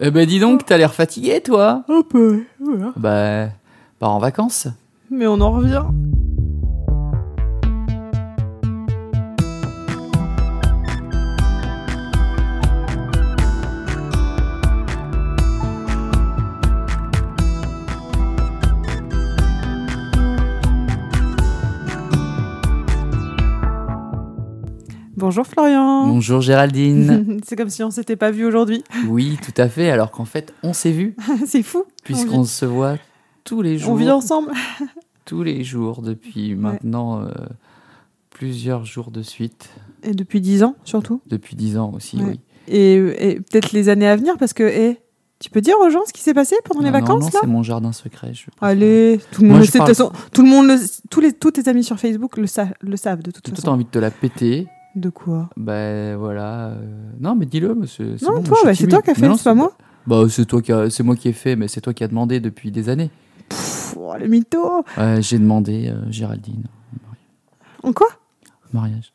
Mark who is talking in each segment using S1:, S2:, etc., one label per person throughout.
S1: Eh ben dis donc, t'as l'air fatigué, toi
S2: Un peu, voilà.
S1: Bah, pars en vacances.
S2: Mais on en revient. Bonjour Florian.
S1: Bonjour Géraldine.
S2: C'est comme si on s'était pas vu aujourd'hui.
S1: oui, tout à fait, alors qu'en fait, on s'est vu,
S2: C'est fou.
S1: puisqu'on se voit tous les
S2: On
S1: jours.
S2: vit ensemble.
S1: Tous les jours, depuis maintenant euh, plusieurs jours de suite.
S2: Et depuis 10 ans surtout.
S1: Depuis dix ans aussi,
S2: Ouais.
S1: oui.
S2: Et, et peut-être les années à venir parce que, eh, tu peux dire aux gens ce qui s'est passé pendant les
S1: Non, non,
S2: vacances
S1: non,
S2: là
S1: c'est mon jardin secret. Je préfère.
S2: Allez, tout le
S1: Moi,
S2: monde le
S1: je
S2: sait. De toute
S1: parle-
S2: façon, tout le monde le, tous les, tous tes amis sur Facebook le, sa- le savent de toute
S1: Tout le temps,
S2: façon.
S1: t'as envie de te la péter.
S2: De quoi
S1: Ben voilà. euh, Non, mais dis-le, mais c'est c'est
S2: Non,
S1: bon, je
S2: toi,
S1: suis
S2: bah, c'est toi
S1: timide.
S2: qui as fait,
S1: Non,
S2: c'est pas moi.
S1: Bah, c'est toi qui a- c'est moi qui ai fait, mais c'est toi qui as demandé depuis des années.
S2: Pff, oh, le mytho.
S1: Ouais, j'ai demandé euh, Géraldine
S2: En quoi
S1: en mariage.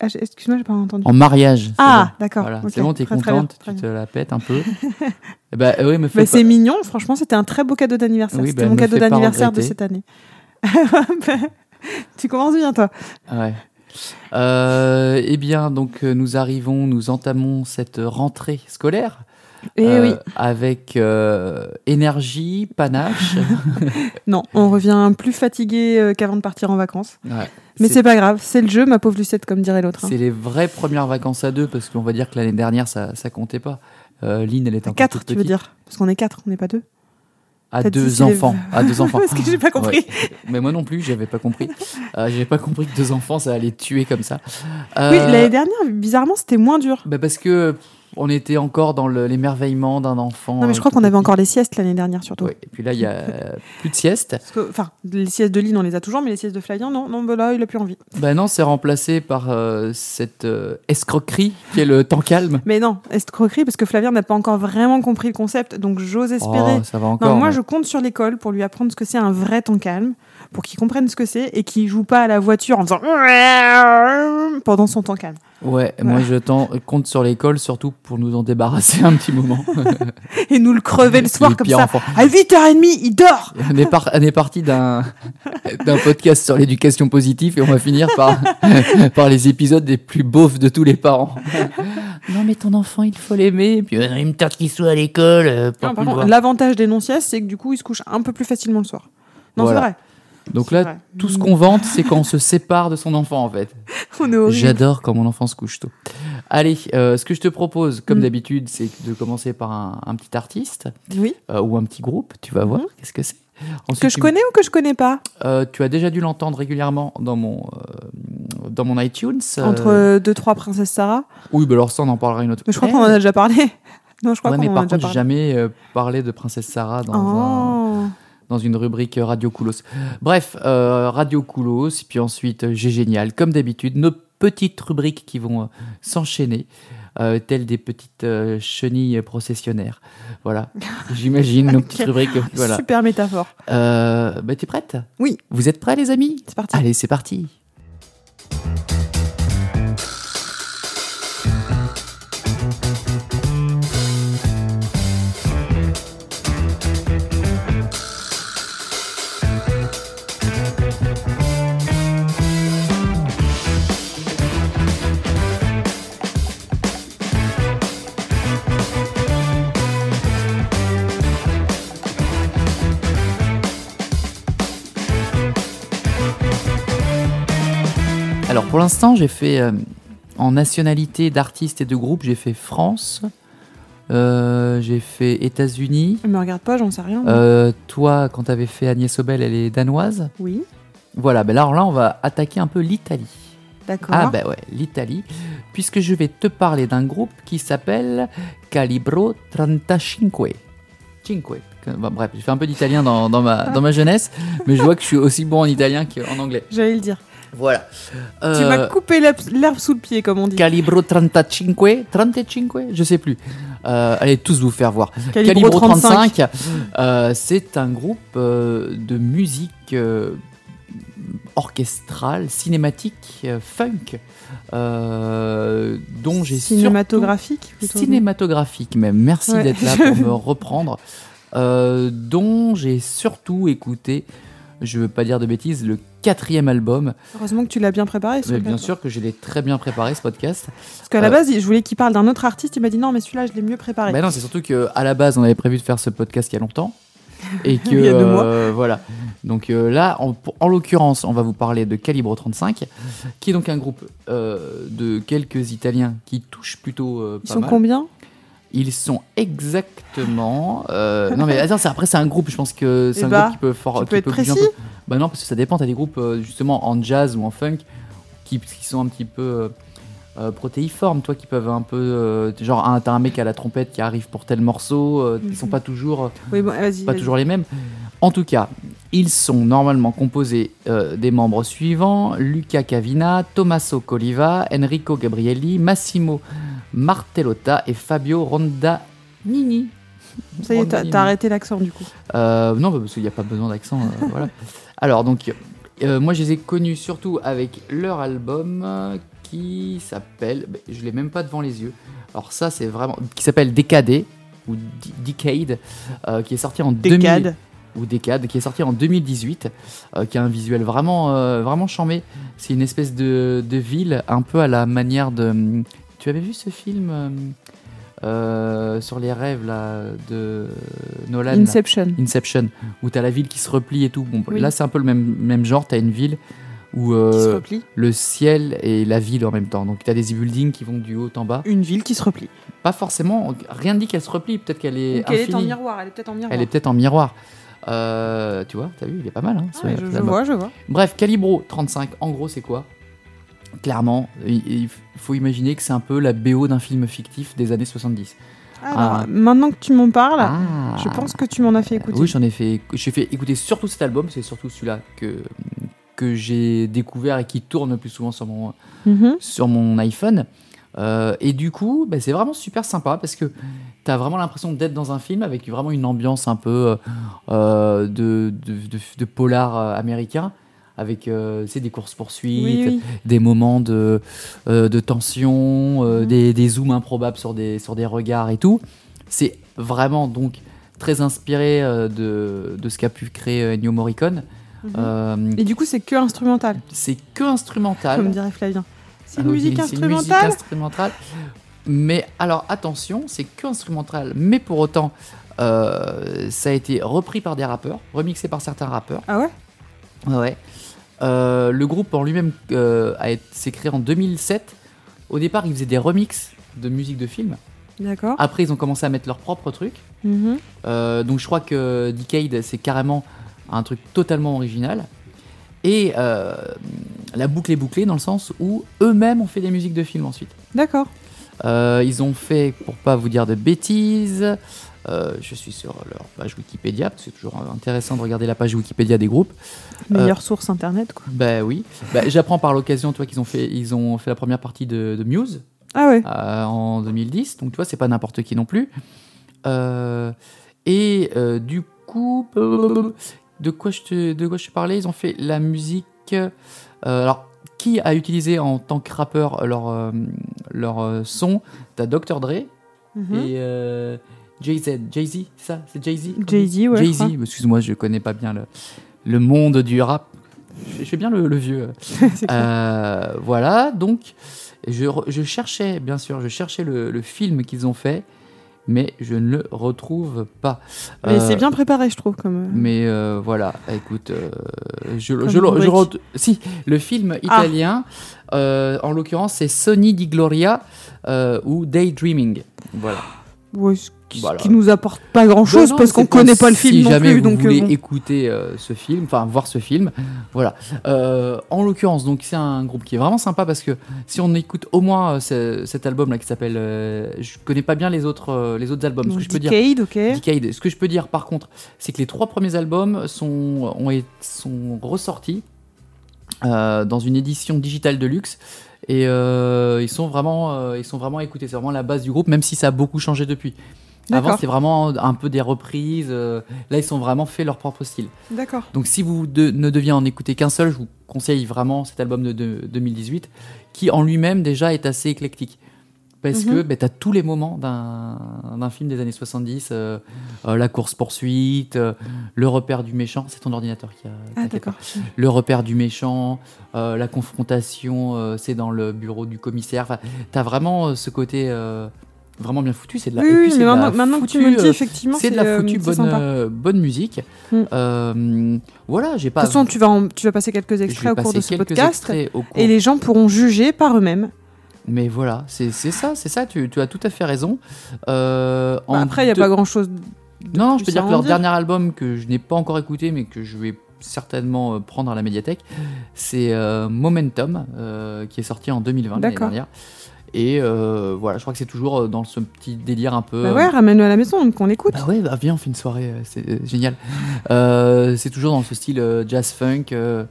S2: Ah, j'ai- Excuse-moi, j'ai pas entendu.
S1: En mariage. c'est bon.
S2: Ah, d'accord.
S1: Voilà,
S2: ok.
S1: c'est bon, t'es
S2: Très, très bien,
S1: contente,
S2: très
S1: tu
S2: bien.
S1: te la pètes un peu. Eh ben oui, me fais
S2: Bah,
S1: pas-
S2: c'est mignon, franchement, c'était un très beau cadeau d'anniversaire.
S1: Oui,
S2: c'était
S1: bah,
S2: mon
S1: me
S2: cadeau
S1: fais pas
S2: d'anniversaire de
S1: regretter.
S2: cette année. tu commences bien, toi.
S1: Ouais. Euh, eh bien, donc euh, nous arrivons, nous entamons cette rentrée scolaire
S2: Et
S1: euh,
S2: Eh oui.
S1: avec euh, énergie, panache.
S2: Non, on revient plus fatigué euh, qu'avant de partir en vacances.
S1: Ouais.
S2: Mais c'est pas grave, c'est le jeu, ma pauvre Lucette, comme dirait l'autre. hein.
S1: C'est les vraies premières vacances à deux, parce qu'on va dire que l'année dernière, ça, ça comptait pas. Euh, Lynn, elle est un peu
S2: Quatre,
S1: toute
S2: tu veux
S1: petite.
S2: dire Parce qu'on est quatre, on n'est pas deux.
S1: À
S2: T'as dit,
S1: deux
S2: c'est les-
S1: enfants. À deux enfants.
S2: Parce que j'ai pas compris.
S1: Ouais. Mais moi non plus, j'avais pas compris. Euh, j'avais pas compris que deux enfants, ça allait tuer comme ça. Euh,
S2: Oui, l'année dernière, bizarrement, c'était moins dur.
S1: bah parce que pff, on était encore dans le- l'émerveillement d'un enfant.
S2: Non, mais je
S1: euh,
S2: crois
S1: tout
S2: qu'on avait
S1: petit.
S2: encore les siestes l'année dernière, surtout.
S1: Ouais, Et puis là, il y a euh, plus de sieste.
S2: Parce que, enfin, les siestes de Lynn, on les a toujours, mais les siestes de Florian, non, non, bah là, il a plus envie.
S1: Ben non, c'est remplacé par euh, cette euh, escroquerie qui est le temps calme.
S2: Mais non, escroquerie, parce que Flavien n'a pas encore vraiment compris le concept, donc j'ose espérer.
S1: Oh, ça va encore.
S2: non, moi,
S1: mais-
S2: je compte sur l'école pour lui apprendre ce que c'est un vrai temps calme, pour qu'il comprenne ce que c'est et qu'il joue pas à la voiture en faisant pendant son temps calme.
S1: Ouais, moi je t'en- compte sur l'école surtout pour nous en débarrasser un petit moment.
S2: Et nous le crever le soir
S1: Le
S2: comme
S1: pire
S2: ça.
S1: enfant.
S2: À 8h30, il dort
S1: On est, par- on est parti d'un d'un podcast sur l'éducation positive et on va finir par, par les épisodes des plus beaufs de tous les parents. Non mais ton enfant, il faut l'aimer. Et Puis euh, il me tarde qu'il soit à l'école. euh, pour plus le
S2: Non, par contre,
S1: voir.
S2: L'avantage des non-siestes, c'est que du coup, ils se couchent un peu plus facilement le soir. Non,
S1: Voilà.
S2: c'est vrai.
S1: Donc
S2: C'est Mm.
S1: là,
S2: vrai.
S1: tout ce qu'on vante, c'est quand on se sépare de son enfant en fait.
S2: On est horrible.
S1: J'adore quand mon enfant se couche tôt. Allez, euh, ce que je te propose, comme
S2: Mm.
S1: d'habitude, c'est de commencer par un, un petit artiste
S2: Oui.
S1: euh, ou un petit groupe. Tu vas voir,
S2: Mhm.
S1: qu'est-ce que c'est
S2: Que
S1: Ensuite,
S2: je
S1: tu me
S2: connais ou que je connais pas
S1: Euh, tu as déjà dû l'entendre régulièrement dans mon, euh, dans mon iTunes. euh,
S2: Entre euh, deux, trois princesses Sarah.
S1: Oui, bah alors ça, on en parlera une autre
S2: Mais je crois
S1: Eh,
S2: qu'on en a déjà parlé. Non, je crois
S1: ouais,
S2: qu'on
S1: mais
S2: en
S1: par
S2: a déjà
S1: contre, j'ai
S2: parlé.
S1: jamais euh, parlé de Princesse Sarah dans, un-
S2: Oh.
S1: dans une rubrique euh, Radio Koulos. Bref, euh, Radio Koulos, puis ensuite euh, J'ai Génial, comme d'habitude, nos petites rubriques qui vont euh, s'enchaîner, euh, telles des petites euh, chenilles processionnaires. Voilà, j'imagine nos petites
S2: Ok.
S1: rubriques. Voilà.
S2: Super métaphore.
S1: Euh, bah, T'es prête
S2: Oui.
S1: Vous êtes prêts, les amis
S2: C'est parti.
S1: Allez, c'est parti. Alors pour l'instant, j'ai fait euh, en nationalité d'artistes et de groupes, j'ai fait France, euh, j'ai fait États-Unis.
S2: Mais regarde pas, j'en sais rien. moi.
S1: Euh, toi, quand t'avais fait Agnès Obel, elle est danoise.
S2: Oui,
S1: Voilà, ben là, alors là, on va attaquer un peu l'Italie.
S2: d'accord.
S1: Ah ben ouais, l'Italie, puisque je vais te parler d'un groupe qui s'appelle Calibro 35. Cinque. Bon, bref, j'ai fait un peu d'italien dans, dans ma, dans ma jeunesse, mais je vois que je suis aussi bon en italien qu'en anglais.
S2: J'allais le dire.
S1: Voilà.
S2: Tu m'as
S1: Euh,
S2: coupé l'herbe l'herbe sous le pied, comme on dit.
S1: Calibro 35, 35, je sais plus. Euh, allez tous vous faire voir.
S2: Calibro 35.
S1: euh, c'est un groupe euh, de musique euh, orchestrale, cinématique, euh, funk, euh, dont j'ai
S2: Cinématographique
S1: surtout-
S2: plutôt, non
S1: cinématographique même. Merci
S2: Ouais.
S1: d'être là pour me reprendre. Euh, dont j'ai surtout écouté, je veux pas dire de bêtises, le quatrième album.
S2: Heureusement que tu l'as bien préparé. ce
S1: Mais
S2: plateau.
S1: bien sûr que je l'ai très bien préparé ce podcast.
S2: Parce qu'à la
S1: Euh,
S2: base, il- je voulais qu'il parle d'un autre artiste. Il m'a dit non, mais celui-là, je l'ai mieux préparé.
S1: Bah non, c'est surtout que à la base, on avait prévu de faire ce podcast il y a longtemps. Et que
S2: Il y a deux mois.
S1: euh, voilà. Donc euh, là, en, pour- en l'occurrence, on va vous parler de Calibro 35, qui est donc un groupe euh, de quelques Italiens qui touchent plutôt euh,
S2: Ils
S1: pas
S2: sont
S1: mal.
S2: combien
S1: Ils sont exactement. euh, non mais attends, c'est- après c'est un groupe. Je pense que c'est
S2: Eh
S1: un
S2: bah,
S1: groupe qui peut fort,
S2: Tu
S1: qui
S2: peux être
S1: peut bouger un
S2: précis
S1: peu. Bah non, parce que ça dépend. T'as des groupes euh, justement en jazz ou en funk qui, qui sont un petit peu euh, euh, protéiformes, toi, qui peuvent un peu. euh, genre, un, t'as un mec à la trompette qui arrive pour tel morceau, euh, ils sont
S2: Mhm.
S1: pas toujours,
S2: Oui, bon, vas-y.
S1: pas
S2: vas-y.
S1: toujours les mêmes. En tout cas, ils sont normalement composés euh, des membres suivants Luca Cavina, Tommaso Coliva, Enrico Gabrielli, Massimo Martellotta et Fabio Rondanini.
S2: Ça y est, t'as
S1: Rondanini.
S2: t'as arrêté l'accent du coup.
S1: Euh, non, bah, parce qu'il n'y a pas besoin d'accent. euh, voilà. Alors, donc, euh, moi, je les ai connus surtout avec leur album euh, qui s'appelle. bah, Je l'ai même pas devant les yeux. Alors, ça, c'est vraiment. Qui s'appelle Décadé ou D- Decade, euh, qui est sorti en 2000
S2: Décade.
S1: ou Décade, qui est sorti en 2018, euh, qui a un visuel vraiment, euh, vraiment charmé. C'est une espèce de, de ville, un peu à la manière de. hum, Tu avais vu ce film euh, euh, sur les rêves là, de Nolan là
S2: Inception.
S1: Inception, où t'as la ville qui se replie et tout. Bon,
S2: Oui.
S1: Là, c'est un peu le même, même genre. T'as une ville où
S2: Qui se
S1: euh,
S2: replie.
S1: le ciel et la ville en même temps. Donc, t'as des buildings qui vont du haut en bas.
S2: Une ville qui se replie.
S1: Pas forcément, rien ne dit qu'elle se replie. Peut-être qu'elle est,
S2: Donc elle est en
S1: infinie.
S2: miroir. Elle est peut-être en miroir.
S1: Elle est peut-être en miroir. Euh, tu vois, t'as vu, il est pas mal. hein,
S2: Ah,
S1: ce-
S2: mais je, je
S1: là-bas.
S2: vois, je vois.
S1: Bref, Calibro 35, en gros, c'est quoi Clairement, il il faut imaginer que c'est un peu la BO d'un film fictif des années 70.
S2: Alors,
S1: Ah.
S2: maintenant que tu m'en parles,
S1: Ah.
S2: bah, je pense que tu m'en as fait écouter.
S1: Oui, j'en ai fait, j'ai fait écouter surtout cet album, c'est surtout celui-là que, que j'ai découvert et qui tourne le plus souvent sur mon,
S2: Mhm.
S1: sur mon iPhone. Euh, et du coup, bah, c'est vraiment super sympa parce que tu as vraiment l'impression d'être dans un film avec vraiment une ambiance un peu euh, de, de- de- de polar euh, américain, avec euh, tu sais, des courses-poursuites,
S2: Oui, oui.
S1: des moments de, euh, de tension, euh,
S2: Mhm.
S1: des, des zooms improbables sur des, sur des regards et tout. C'est vraiment donc très inspiré euh, de, de ce qu'a pu créer euh, Ennio Morricone.
S2: Mhm.
S1: Euh,
S2: Et du coup, c'est que instrumental,
S1: c'est que instrumental.
S2: comme dirait Flavien. C'est une
S1: Ah oui,
S2: musique
S1: c'est une musique
S2: instrumentale
S1: instrumentale. Mais alors attention, c'est que instrumental. Mais pour autant, euh, ça a été repris par des rappeurs, remixé par certains rappeurs.
S2: Ah ouais
S1: Ouais, Ouais. Euh, le groupe en lui-même euh, a été- s'est créé en 2007. Au départ, ils faisaient des remixes de musique de film.
S2: D'accord.
S1: Après, ils ont commencé à mettre leur propre truc.
S2: Mhm.
S1: Euh, donc je crois que Decade, c'est carrément un truc totalement original. Et euh, la boucle est bouclée dans le sens où eux-mêmes ont fait des musiques de films ensuite.
S2: D'accord.
S1: Euh, ils ont fait, pour pas vous dire de bêtises, euh, je suis sur leur page Wikipédia, parce que c'est toujours intéressant de regarder la page Wikipédia des groupes. Euh.
S2: Meilleure source internet, quoi.
S1: Ben oui, Ben, j'apprends par l'occasion, toi, qu'ils ont fait, ils ont fait la première partie de, de Muse
S2: Ah ouais.
S1: euh, en 2010, donc tu vois, c'est pas n'importe qui non plus. Euh, et euh, du coup, de quoi je te, de quoi je te parlais Ils ont fait la musique. euh, alors, qui a utilisé en tant que rappeur leur, euh, leur euh, son T'as Dr. Dre,
S2: Mhm.
S1: Ah. et euh, Jay-Z, Jay-Z, c'est ça C'est Jay-Z qu'on dit
S2: Jay-Z, ouais, je
S1: Jay-Z, euh,
S2: crois.
S1: excuse-moi, je connais pas bien le, le monde du rap. Je, je fais bien le, le vieux.
S2: C'est clair.
S1: Euh, voilà, donc, je, re- je cherchais, bien sûr, je cherchais le, le film qu'ils ont fait, mais je ne le retrouve pas.
S2: Mais
S1: Euh,
S2: c'est bien préparé, je trouve. Comme...
S1: Mais euh, voilà, écoute, euh, je, je,
S2: Comme Ah.
S1: je
S2: rubrique.
S1: re- si le film italien, euh, en l'occurrence, c'est Sony di Gloria euh, ou Daydreaming. Voilà.
S2: Ouais, ce qui, ce
S1: Voilà.
S2: qui nous apporte pas grand
S1: Bah
S2: chose
S1: non,
S2: parce
S1: mais
S2: qu'on
S1: c'est pas-
S2: connaît pas le film
S1: si
S2: non
S1: jamais
S2: plus.
S1: Vous
S2: donc, euh,
S1: voulez
S2: bon.
S1: écouter euh, ce film, enfin voir ce film, voilà. Euh, en l'occurrence, donc c'est un groupe qui est vraiment sympa parce que si on écoute au moins euh, ce- cet album là qui s'appelle, euh, je connais pas bien les autres euh, les autres albums. Ce
S2: Donc,
S1: que je peux dire,
S2: Decade, ok.
S1: Decade. Ce que je peux dire par contre, c'est que les trois premiers albums sont ont été- sont ressortis euh, dans une édition digitale de luxe. Et euh, ils sont vraiment, euh, ils sont vraiment écoutés. C'est vraiment la base du groupe, même si ça a beaucoup changé depuis.
S2: D'accord.
S1: Avant, c'était vraiment un peu des reprises. euh, là, ils ont vraiment fait leur propre style.
S2: Ah, D'accord.
S1: Donc, si vous de- ne deviez en écouter qu'un seul, je vous conseille vraiment cet album de, de- 2018, qui en lui-même déjà est assez éclectique. Parce
S2: Mhm.
S1: que tu as tous les moments d'un d'un film des années 70, euh, euh, la course-poursuite, euh, le repère du méchant. C'est ton ordinateur qui a.
S2: Ah,
S1: t'inquiète pas
S2: d'accord.
S1: le repère du méchant, euh, la confrontation, euh, c'est dans le bureau du commissaire. Enfin, t'as vraiment euh, ce côté euh, vraiment bien foutu. C'est de la.
S2: Oui,
S1: et puis
S2: oui,
S1: c'est
S2: mais
S1: de la
S2: maintenant, maintenant que tu me le dis,
S1: foutue, euh,
S2: effectivement,
S1: c'est de la
S2: euh,
S1: foutue
S2: c'est
S1: bonne,
S2: sympa. De
S1: euh, bonne musique.
S2: Mm.
S1: Euh, voilà, j'ai pas.
S2: toute façon, tu vas, en- tu vas passer quelques
S1: je vais
S2: extraits au cours
S1: passer
S2: de ce
S1: quelques
S2: podcast.
S1: extraits au cours.
S2: Et les gens pourront juger par eux-mêmes.
S1: Mais voilà, c'est c'est ça, c'est ça. Tu, tu as tout à fait raison. Euh,
S2: Bah,
S1: en
S2: après, il n'y a
S1: deux-
S2: pas grand-chose.
S1: Non, non, je peux
S2: plus
S1: dire
S2: à
S1: que
S2: en
S1: leur
S2: dire.
S1: dernier album que je n'ai pas encore écouté, mais que je vais certainement euh, prendre à la médiathèque, c'est euh, Momentum, euh, qui est sorti en 2020 l'année
S2: D'accord.
S1: dernière. Et euh, voilà, je crois que c'est toujours euh, dans ce petit délire un peu.
S2: Bah ouais, ramène-le à la maison, qu'on l'écoute.
S1: Euh. Bah ouais, bah viens, on fait une soirée, euh, c'est euh, génial. Euh, c'est toujours dans ce style euh, jazz funk, euh,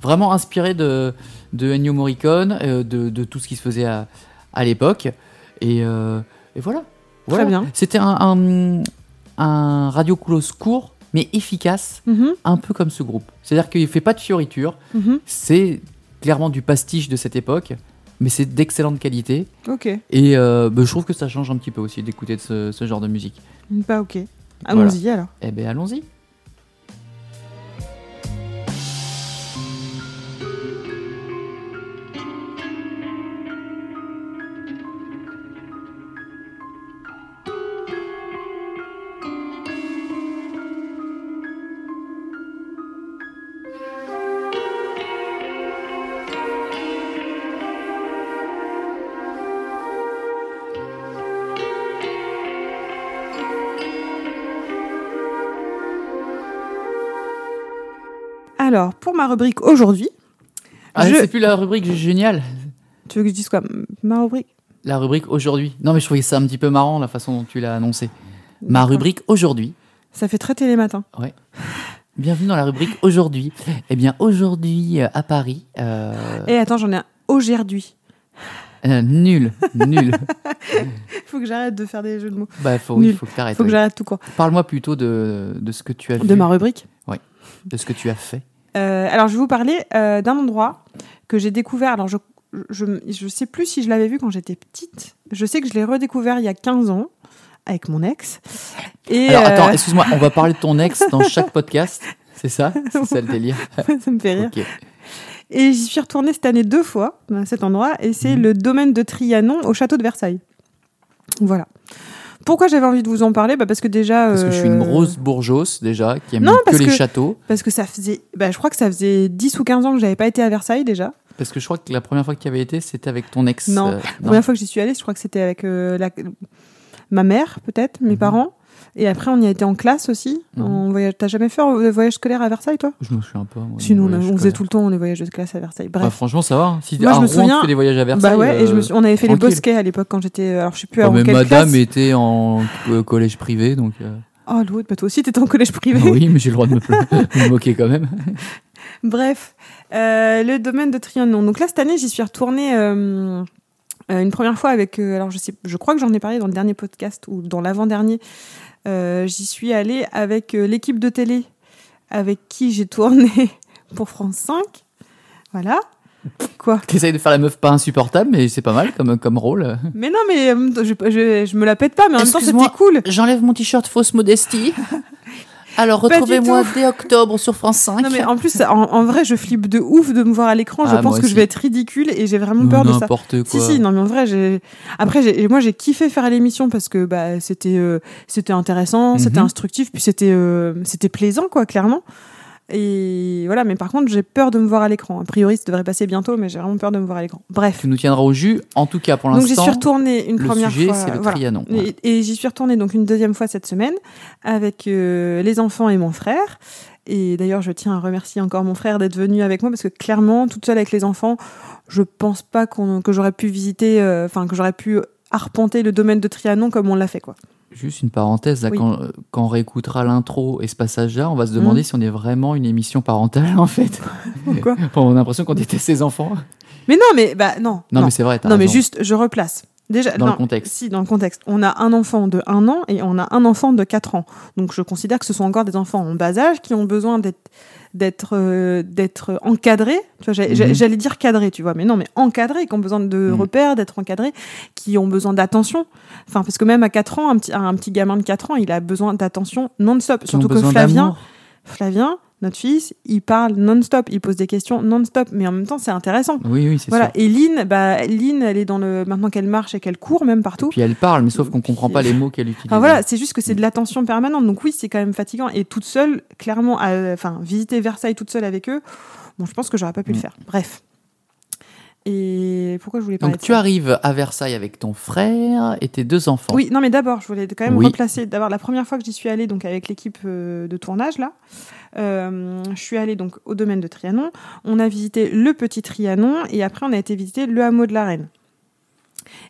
S1: vraiment inspiré de, de Ennio Morricone, euh, de, de tout ce qui se faisait à, à l'époque. Et, euh, et voilà. Voilà.
S2: bien.
S1: C'était un, un, un radio close court, mais efficace,
S2: Mhm,
S1: un peu comme ce groupe. C'est-à-dire qu'il fait pas de fioritures,
S2: mhm.
S1: c'est clairement du pastiche de cette époque, mais c'est d'excellente qualité.
S2: Ok.
S1: Et euh, bah, je trouve que ça change un petit peu aussi d'écouter de ce- ce genre de musique.
S2: Bah, ok. Allons-y alors.
S1: Eh ben allons-y.
S2: Alors, pour ma rubrique aujourd'hui,
S1: Ah,
S2: Je-
S1: c'est plus la rubrique géniale,
S2: tu veux que je dise quoi Ma rubrique
S1: la rubrique aujourd'hui. Non mais je trouvais ça un petit peu marrant la façon dont tu l'as annoncé. Ma
S2: D'accord.
S1: rubrique aujourd'hui.
S2: Ça fait très télématin.
S1: Bienvenue dans la rubrique aujourd'hui. Eh bien aujourd'hui euh, à Paris, euh,
S2: Et Eh, attends, j'en ai un aujourd'hui.
S1: euh, nul, nul.
S2: Faut que j'arrête de faire des jeux de mots.
S1: Bah, faut, oui,
S2: Nul.
S1: faut que t'arrêtes.
S2: Faut que
S1: oui.
S2: j'arrête tout court.
S1: Parle-moi plutôt de, de ce que tu as
S2: De
S1: vu,
S2: ma rubrique.
S1: de ce que tu as fait.
S2: Euh, alors, je vais vous parler euh, d'un endroit que j'ai découvert. Alors, je, je, je sais plus si je l'avais vu quand j'étais petite. Je sais que je l'ai redécouvert il y a 15 ans avec mon ex. Et
S1: Alors,
S2: euh,
S1: attends, excuse-moi, on va parler de ton ex dans chaque podcast, c'est ça C'est ça le délire
S2: ça me fait rire.
S1: Ok.
S2: Et j'y suis retournée cette année deux fois, à cet endroit, et c'est
S1: Mhm.
S2: le domaine de Trianon au château de Versailles. Voilà. Pourquoi j'avais envie de vous en parler bah Parce que déjà.
S1: Parce que je suis une
S2: euh,
S1: grosse bourgeoise, déjà, qui aime
S2: Non,
S1: que
S2: parce
S1: les
S2: que-
S1: châteaux.
S2: Parce que ça faisait. Bah, je crois que ça faisait 10 ou 15 ans que j'avais pas été à Versailles déjà.
S1: Parce que je crois que la première fois que tu avais été, c'était avec ton ex.
S2: Non,
S1: euh,
S2: La première fois que j'y suis allée, je crois que c'était avec euh, la- ma mère, peut-être, mes
S1: Mhm.
S2: parents. Et après, on y a été en classe aussi.
S1: Mhm.
S2: On voyage... T'as jamais fait un voyage scolaire à Versailles, toi
S1: Je me souviens pas. moi,
S2: Sinon,
S1: des
S2: on,
S1: voyages
S2: faisait
S1: scolaires.
S2: tout le temps les voyages de classe à Versailles.
S1: Bah,
S2: Bref.
S1: franchement, ça va. hein. Si
S2: Moi,
S1: à
S2: je me
S1: Rouen,
S2: souviens-
S1: tu fais des voyages à Versailles.
S2: bah ouais, et je me
S1: euh,
S2: suis- on avait fait
S1: tranquille.
S2: les bosquets à l'époque quand j'étais. euh, Alors, je sais plus
S1: Oh,
S2: avant
S1: mais
S2: quelle
S1: madame
S2: classe.
S1: était en euh, collège privé, donc. euh,
S2: Oh, l'autre, bah, toi aussi, t'étais en collège privé.
S1: oui, mais j'ai le droit de me, pla- de me moquer quand même.
S2: Bref, euh, le domaine de Trianon. Donc là, cette année, j'y suis retournée euh, euh, une première fois avec. euh, alors, je, sais, je crois que j'en ai parlé dans le dernier podcast ou dans l'avant-dernier. Euh, j'y suis allée avec euh, l'équipe de télé avec qui j'ai tourné pour France 5. Voilà. Quoi
S1: T'essayes de faire la meuf pas insupportable, mais c'est pas mal comme, comme rôle.
S2: Mais non, mais euh, je, je, je me la pète pas, mais en même temps,
S1: Excuse-moi.
S2: c'était cool.
S1: J'enlève mon t-shirt fausse modestie. Alors
S2: Pas du retrouvez-moi
S1: dès octobre sur France 5.
S2: Non, mais en plus, en, en vrai, je flippe de ouf de me voir à l'écran.
S1: Ah,
S2: je pense
S1: moi
S2: que
S1: aussi.
S2: je vais être ridicule et j'ai vraiment peur de ça.
S1: N'importe quoi.
S2: Si, si, non, mais en vrai, j'ai... après, j'ai... moi, j'ai kiffé faire l'émission parce que bah, c'était, euh, c'était intéressant,
S1: Mhm.
S2: c'était instructif, puis c'était, euh, c'était plaisant, quoi, clairement. Et voilà, mais par contre, j'ai peur de me voir à l'écran. A priori, ça devrait passer bientôt, mais j'ai vraiment peur de me voir à l'écran. Bref.
S1: Tu nous tiendras au jus. En tout cas, pour
S2: Donc, j'y
S1: l'instant,
S2: suis retournée une
S1: le
S2: première
S1: sujet,
S2: fois.
S1: c'est le
S2: voilà.
S1: Trianon. Ouais.
S2: Et, et j'y suis retournée donc une deuxième fois cette semaine avec euh, les enfants et mon frère. Et d'ailleurs, je tiens à remercier encore mon frère d'être venu avec moi parce que clairement, toute seule avec les enfants, je pense pas qu'on, que j'aurais pu visiter, euh, enfin que j'aurais pu arpenter le domaine de Trianon comme on l'a fait quoi.
S1: Juste une parenthèse, là,
S2: Oui. Mmh.
S1: quand, euh, quand on réécoutera l'intro et ce passage-là, on va se demander si on est vraiment une émission parentale, en fait.
S2: Pourquoi
S1: Enfin, on a l'impression qu'on déteste ses enfants.
S2: Mais non, mais bah non.
S1: Non, mais c'est vrai, t'as
S2: Non, mais
S1: raison.
S2: juste, je replace. Déjà,
S1: dans
S2: Euh, non,
S1: le contexte.
S2: Si, dans le contexte. On a un enfant de 1 an et on a un enfant de 4 ans. Donc je considère que ce sont encore des enfants en bas âge qui ont besoin d'être d'être euh, d'être encadrés. Tu vois, j'ai- j'ai-
S1: Mhm.
S2: j'allais dire cadrés, tu vois, mais non, mais encadrés, qui ont besoin de
S1: Mhm.
S2: repères, d'être encadrés, qui ont besoin d'attention. Enfin, parce que même à 4 ans, un petit, un petit gamin de 4 ans, il a besoin d'attention non-stop.
S1: Qui ont
S2: Surtout que
S1: besoin
S2: Flavien,
S1: d'amour.
S2: Flavien, notre fils, il parle non-stop, il pose des questions non-stop, mais en même temps, c'est intéressant.
S1: Oui, oui, c'est
S2: Voilà.
S1: sûr.
S2: Et Lynn, bah, Lynn, elle est dans le. Maintenant qu'elle marche et qu'elle court, même partout.
S1: Puis elle parle, mais sauf qu'on
S2: Et puis-
S1: comprend pas les mots qu'elle utilise.
S2: Enfin, voilà, c'est juste que
S1: Mm.
S2: c'est de l'attention permanente. Donc oui, c'est quand même fatigant. Et toute seule, clairement, à- enfin, visiter Versailles toute seule avec eux, bon, je pense que j'aurais pas pu le
S1: Mm.
S2: faire. Bref. Et pourquoi je voulais parler
S1: Donc
S2: de
S1: tu
S2: ça
S1: arrives à Versailles avec ton frère et tes deux enfants.
S2: Oui, non, mais d'abord, je voulais quand même
S1: Oui.
S2: replacer. D'abord, la première fois que j'y suis allée, donc avec l'équipe euh, de tournage, là, euh, je suis allée donc au domaine de Trianon. On a visité le petit Trianon et après, on a été visiter le hameau de la Reine.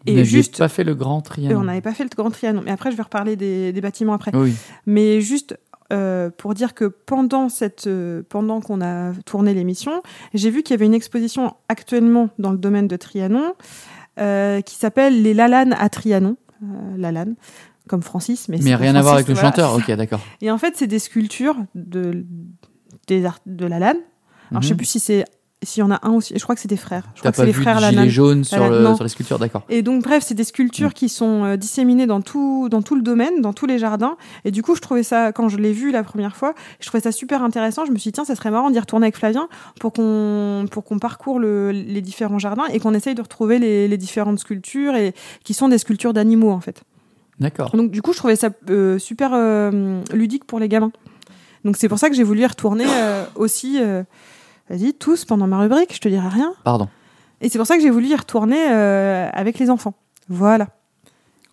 S1: Vous
S2: et
S1: n'aviez
S2: juste-
S1: pas fait le grand
S2: Euh,
S1: triangle.
S2: on n'avait pas fait le grand Trianon, mais après, je vais reparler des, des bâtiments après.
S1: Oui.
S2: Mais juste euh, pour dire que pendant, cette, euh, pendant qu'on a tourné l'émission, j'ai vu qu'il y avait une exposition actuellement dans le domaine de Trianon euh, qui s'appelle Les Lalanes à Trianon. Euh, Lalane, comme Francis, mais, c'est
S1: Mais
S2: pas
S1: rien à voir avec
S2: Francis,
S1: le
S2: voilà.
S1: chanteur. Ok, d'accord.
S2: Et en fait, c'est des sculptures de, des art- de Lalane. Alors, je sais
S1: Mhm.
S2: plus si c'est s'il y en a un aussi. Je crois que c'est des frères. Je
S1: T'as
S2: crois que
S1: pas
S2: c'est les
S1: vu
S2: frères
S1: de gilet
S2: Lalane.
S1: jaune sur,
S2: Voilà,
S1: le,
S2: non.
S1: sur les sculptures, d'accord.
S2: Et donc, bref, c'est des sculptures qui sont euh, disséminées dans tout, dans tout le domaine, dans tous les jardins. Et du coup, je trouvais ça, quand je l'ai vu la première fois, je trouvais ça super intéressant. Je me suis dit, tiens, ça serait marrant d'y retourner avec Flavien pour qu'on pour qu'on parcourt le- les différents jardins et qu'on essaye de retrouver les, les différentes sculptures et qui sont des sculptures d'animaux, en fait.
S1: D'accord.
S2: Donc, du coup, je trouvais ça euh, super euh, ludique pour les gamins. Donc, c'est pour ça que j'ai voulu y retourner euh, aussi. euh, Vas-y, tous pendant ma rubrique, je te dirai rien.
S1: Pardon.
S2: Et c'est pour ça que j'ai voulu y retourner euh, avec les enfants. Voilà.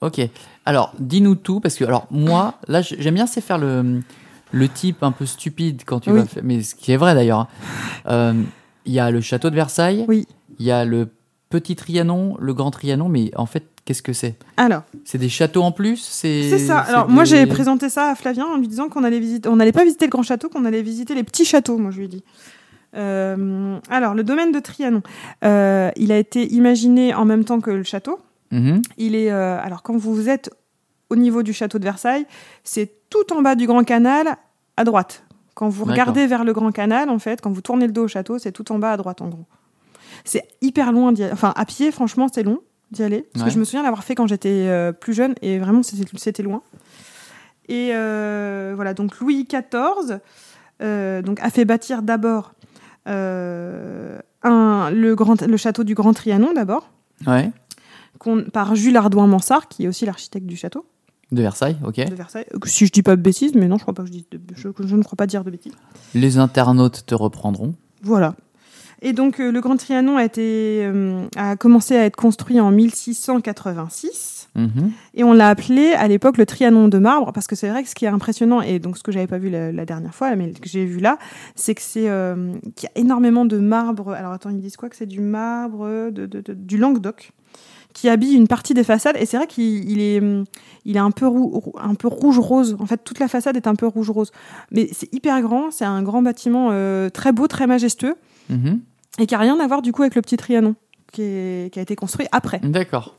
S1: Ok. Alors, dis-nous tout, parce que alors moi, là, j- j'aime bien c'est faire le, le type un peu stupide quand tu
S2: Oui.
S1: vas, faire- mais ce qui est vrai d'ailleurs. hein. Euh, Il y a le château de Versailles.
S2: Oui.
S1: Il y a le petit Trianon, le grand Trianon, mais en fait, qu'est-ce que c'est
S2: Alors,
S1: C'est des châteaux en plus C'est
S2: c'est ça. Alors,
S1: des-
S2: moi, j'ai présenté ça à Flavien en lui disant qu'on allait visiter, on n'allait pas visiter le grand château, qu'on allait visiter les petits châteaux, moi, je lui ai dit. Euh, alors, le domaine de Trianon, euh, il a été imaginé en même temps que le château.
S1: Mhm.
S2: Il est, euh, alors, quand vous êtes au niveau du château de Versailles, c'est tout en bas du Grand Canal, à droite. Quand vous
S1: D'accord.
S2: regardez vers le Grand Canal, en fait, quand vous tournez le dos au château, c'est tout en bas à droite, en gros. C'est hyper loin d'y aller. Enfin, à pied, franchement, c'est long d'y aller. Parce
S1: Ouais.
S2: que je me souviens l'avoir fait quand j'étais euh, plus jeune, et vraiment, c'était c'était loin. Et euh, voilà, donc Louis XIV euh, donc, a fait bâtir d'abord euh, un- le, grand, le château du Grand Trianon, d'abord,
S1: Ouais.
S2: qu'on- par Jules Ardouin-Mansart, qui est aussi l'architecte du château
S1: De Versailles, ok.
S2: de Versailles. Euh, Si je dis pas de bêtises, mais non, je crois pas que je dis de- je, je ne crois pas dire de bêtises.
S1: Les internautes te reprendront.
S2: Voilà. Et donc euh, le Grand Trianon a été euh, a commencé à être construit en 1686
S1: Mhm.
S2: et on l'a appelé à l'époque le Trianon de marbre parce que c'est vrai que ce qui est impressionnant et donc ce que j'avais pas vu la, la dernière fois mais que j'ai vu là, c'est que c'est euh, qu'il y a énormément de marbre. Alors attends, ils disent quoi que c'est du marbre de, de- de- du Languedoc qui habille une partie des façades et c'est vrai qu'il il est hum, il est un peu rou- rou- un peu rouge rose. En fait, toute la façade est un peu rouge rose. Mais c'est hyper grand, c'est un grand bâtiment euh, très beau, très majestueux
S1: Mhm.
S2: et qui a rien à voir du coup avec le petit Trianon qui, est- qui a été construit après.
S1: D'accord.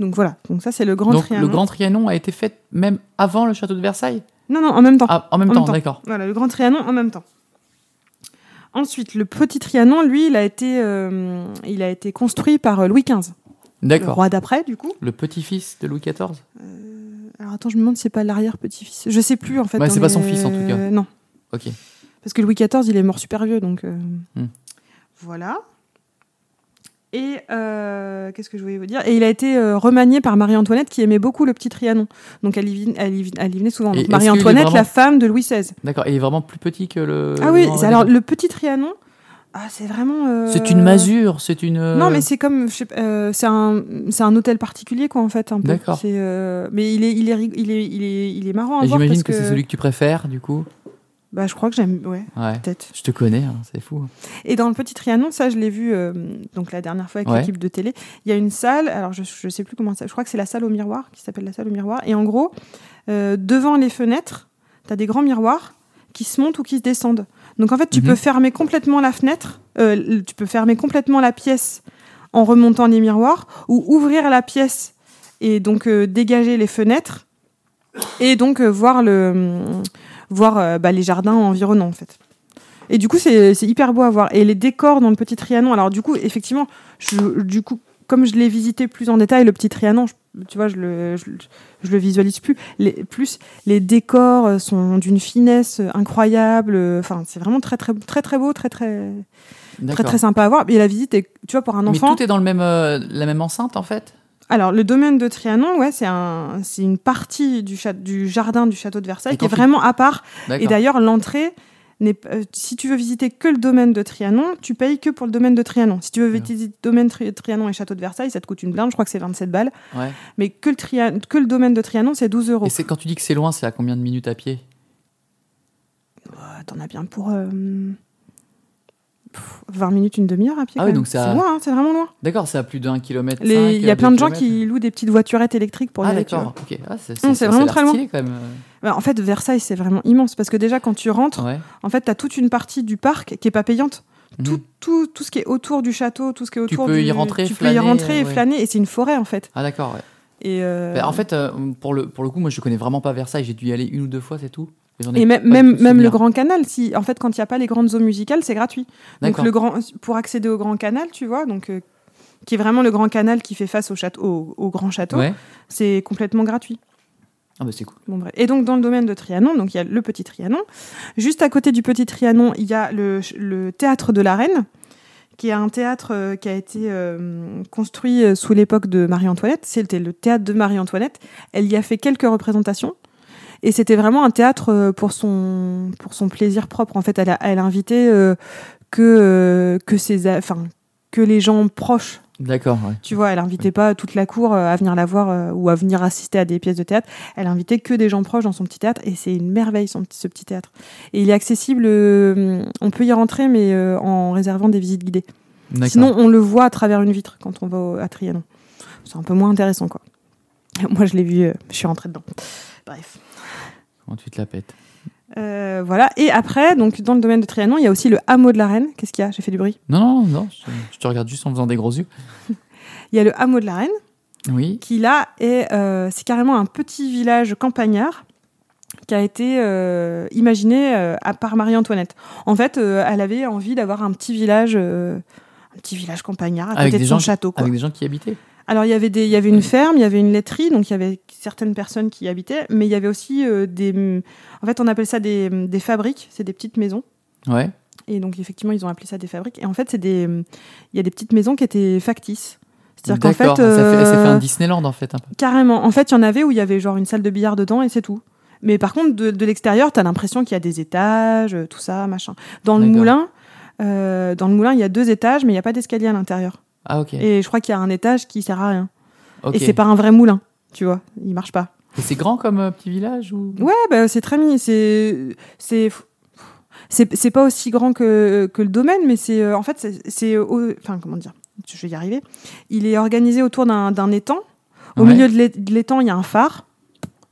S2: Donc voilà, donc ça c'est le grand
S1: Donc
S2: Trianon.
S1: le grand Trianon a été fait même avant le château de Versailles
S2: Non non, en même temps.
S1: Ah, En même
S2: En
S1: temps,
S2: même temps.
S1: d'accord.
S2: Voilà, le grand Trianon en même temps. Ensuite, le petit Trianon, lui, il a été, euh, il a été construit par euh, Louis XV, le
S1: D'accord.
S2: roi d'après, du coup.
S1: Le, petit-fils de Louis XIV
S2: Alors attends, je me demande si c'est pas l'arrière-petit-fils. Je sais plus, en fait.
S1: Ouais,
S2: dans
S1: c'est pas
S2: les-
S1: son fils, en tout cas.
S2: Non,
S1: Ok.
S2: parce que Louis XIV, il est mort super vieux, donc... euh,
S1: Hmm.
S2: Voilà. Et euh, qu'est-ce que je voulais vous dire Et il a été euh, remanié par Marie-Antoinette, qui aimait beaucoup le petit Trianon. Donc elle y, vin- elle y vin- elle y venait souvent.
S1: Et
S2: Donc,
S1: est-ce qu'il est
S2: Marie-Antoinette,
S1: vraiment- Euh,
S2: la femme de Louis XVI.
S1: D'accord, et il est vraiment plus petit que le.
S2: ah oui,
S1: le-
S2: c'est- alors le petit Trianon, ah, c'est vraiment... euh,
S1: C'est une masure, c'est une.
S2: Non, mais c'est comme, je sais pas, euh, c'est un, c'est un hôtel particulier quoi en fait un peu.
S1: D'accord.
S2: C'est, euh, mais il est, il est, rig- il est, il est, il est marrant à
S1: Et
S2: voir
S1: euh, J'imagine
S2: parce
S1: que,
S2: que,
S1: c'est celui que tu préfères, du coup.
S2: bah je crois que j'aime, ouais,
S1: Ouais.
S2: peut-être.
S1: Je te connais, hein, c'est fou.
S2: Et dans le petit Trianon, ça je l'ai vu euh, donc la dernière fois avec
S1: Ouais.
S2: l'équipe de télé. Il y a une salle, alors je, je sais plus comment ça, je crois que c'est la salle au miroir qui s'appelle la salle au miroir. Et en gros, euh, devant les fenêtres, t'as des grands miroirs qui se montent ou qui se descendent. Donc en fait, tu
S1: Mhm.
S2: peux fermer complètement la fenêtre, euh, tu peux fermer complètement la pièce en remontant les miroirs, ou ouvrir la pièce et donc euh, dégager les fenêtres, et donc euh, voir, le, voir euh, bah, les jardins environnants en fait. Et du coup, c'est c'est hyper beau à voir. Et les décors dans le petit Trianon, alors du coup, effectivement, je- du coup, comme je l'ai visité plus en détail, le petit Trianon, je- tu vois, je le, je, le- je le visualise plus. Les, plus, les décors euh, sont d'une finesse euh, incroyable. Enfin, c'est vraiment très, très, très, très beau, très, très, très,
S1: D'accord.
S2: très sympa à voir. Et la visite, est, tu vois, pour un
S1: Mais
S2: enfant.
S1: tout est dans le même, euh, la même enceinte en fait
S2: Alors, le domaine de Trianon, ouais, c'est un, c'est une partie du, cha- du jardin du château de Versailles
S1: Et
S2: qui est
S1: quand tu-
S2: vraiment à part. Et
S1: D'accord.
S2: d'ailleurs, l'entrée n'est p- euh, si tu veux visiter que le domaine de Trianon, tu payes que pour le domaine de Trianon. Si tu veux
S1: Ouais.
S2: visiter le domaine Tri- Trianon et château de Versailles, ça te coûte une blinde, je crois que c'est 27 balles.
S1: Ouais.
S2: Mais que le, Tria- que le domaine de Trianon, c'est 12 euros.
S1: Et c'est quand tu dis que c'est loin, c'est à combien de minutes à pied
S2: Ah, T'en as bien pour euh, pff, 20 minutes, une demi-heure à pied.
S1: Ah
S2: quand
S1: oui,
S2: même.
S1: donc
S2: c'est
S1: ça-
S2: loin, hein, c'est vraiment loin.
S1: D'accord, c'est à plus d'un kilomètre.
S2: Les-
S1: cinq,
S2: Il y a
S1: euh,
S2: plein
S1: deux
S2: de gens
S1: kilomètres.
S2: qui louent des petites voiturettes électriques pour y
S1: Ah
S2: aller. tu vois.
S1: d'accord, ok. Ah, c'est
S2: Non, c'est vraiment
S1: l'air
S2: très loin.
S1: stylé, quand même.
S2: Bah, en fait, Versailles, c'est vraiment immense parce que déjà, quand tu rentres,
S1: euh, Ouais.
S2: en fait, t'as toute une partie du parc qui est pas payante. Tout,
S1: Mhm.
S2: tout, tout ce qui est autour du château, tout ce qui est
S1: Tu
S2: autour
S1: peux
S2: du-
S1: y rentrer,
S2: tu
S1: flâner,
S2: peux y rentrer et
S1: euh, ouais.
S2: flâner et c'est une forêt en fait.
S1: Ah d'accord, ouais.
S2: Et, euh,
S1: Bah, en fait, euh, pour, le, pour le coup, moi je connais vraiment pas Versailles, j'ai dû y aller une ou deux fois, c'est tout. Et j'en ai
S2: et
S1: pas
S2: même,
S1: du
S2: même,
S1: tout de
S2: même le
S1: souvenir.
S2: Grand Canal, si en fait quand il n'y a pas les grandes eaux musicales, c'est gratuit. Donc
S1: D'accord.
S2: le grand, pour accéder au Grand Canal, tu vois, donc euh, qui est vraiment le Grand Canal qui fait face au château, au, au Grand Château,
S1: Ouais.
S2: c'est complètement gratuit.
S1: Ah bah c'est cool.
S2: Bon, bref. Et donc dans le domaine de Trianon, donc il y a le Petit Trianon. Juste à côté du Petit Trianon, il y a le, ch- le théâtre de la Reine, qui est un théâtre euh, qui a été euh, construit euh, sous l'époque de Marie-Antoinette. C'était le théâtre de Marie-Antoinette. Elle y a fait quelques représentations. Et c'était vraiment un théâtre euh, pour son, pour son plaisir propre. En fait, elle a, elle a invité euh, que, euh, que, ses, a- enfin, que les gens proches
S1: D'accord, ouais.
S2: tu vois, elle invitait pas toute la cour euh, à venir la voir euh, ou à venir assister à des pièces de théâtre. Elle invitait que des gens proches dans son petit théâtre et c'est une merveille son petit- ce petit théâtre. Et il est accessible, euh, on peut y rentrer mais euh, en réservant des visites guidées.
S1: D'accord.
S2: Sinon, on le voit à travers une vitre quand on va au- à Trianon. C'est un peu moins intéressant quoi. Moi, je l'ai vu, euh, je suis rentrée dedans. Bref.
S1: Comment tu te la pètes
S2: Euh, voilà. Et après, donc dans le domaine de Trianon, il y a aussi le hameau de la Reine. Qu'est-ce qu'il y a J'ai fait du bruit.
S1: Non, non, non, je, je te regarde juste en faisant des gros yeux.
S2: Il y a le hameau de la Reine.
S1: Oui.
S2: qui là est euh, c'est carrément un petit village campagnard qui a été euh, imaginé euh, à par Marie-Antoinette. En fait, euh, elle avait envie d'avoir un petit village euh, un petit village campagnard à
S1: Avec
S2: côté de
S1: des
S2: son
S1: gens-
S2: château quoi.
S1: Avec des gens qui y habitaient.
S2: Alors il y avait des il y avait une ferme, il y avait une laiterie donc il y avait certaines personnes qui y habitaient mais il y avait aussi euh, des en fait on appelle ça des des fabriques, c'est des petites maisons
S1: Ouais.
S2: et donc effectivement ils ont appelé ça des fabriques et en fait c'est des il y a des petites maisons qui étaient factices. C'est-à-dire qu'en fait,
S1: D'accord, ça fait, ça fait
S2: euh,
S1: un Disneyland en fait un peu.
S2: Carrément. En fait, il y en avait où il y avait genre une salle de billard dedans et c'est tout. Mais par contre, de, de l'extérieur, t'as l'impression qu'il y a des étages, euh, tout ça, machin. Dans le
S1: D'accord.
S2: moulin, euh, dans le moulin, il y a deux étages, mais il n'y a pas d'escalier à l'intérieur.
S1: Ah ok.
S2: Et je crois qu'il y a un étage qui sert à rien.
S1: ok.
S2: Et c'est pas un vrai moulin, tu vois. Il marche pas.
S1: Et c'est grand comme euh, petit village ou
S2: Ouais, bah, c'est très mignon. C'est, c'est, c'est, c'est pas aussi grand que, que le domaine, mais c'est euh, en fait, c'est, c'est au- enfin comment dire, je vais y arriver. Il est organisé autour d'un, d'un étang. Au
S1: Ouais.
S2: milieu de l'é- de l'étang, il y a un phare.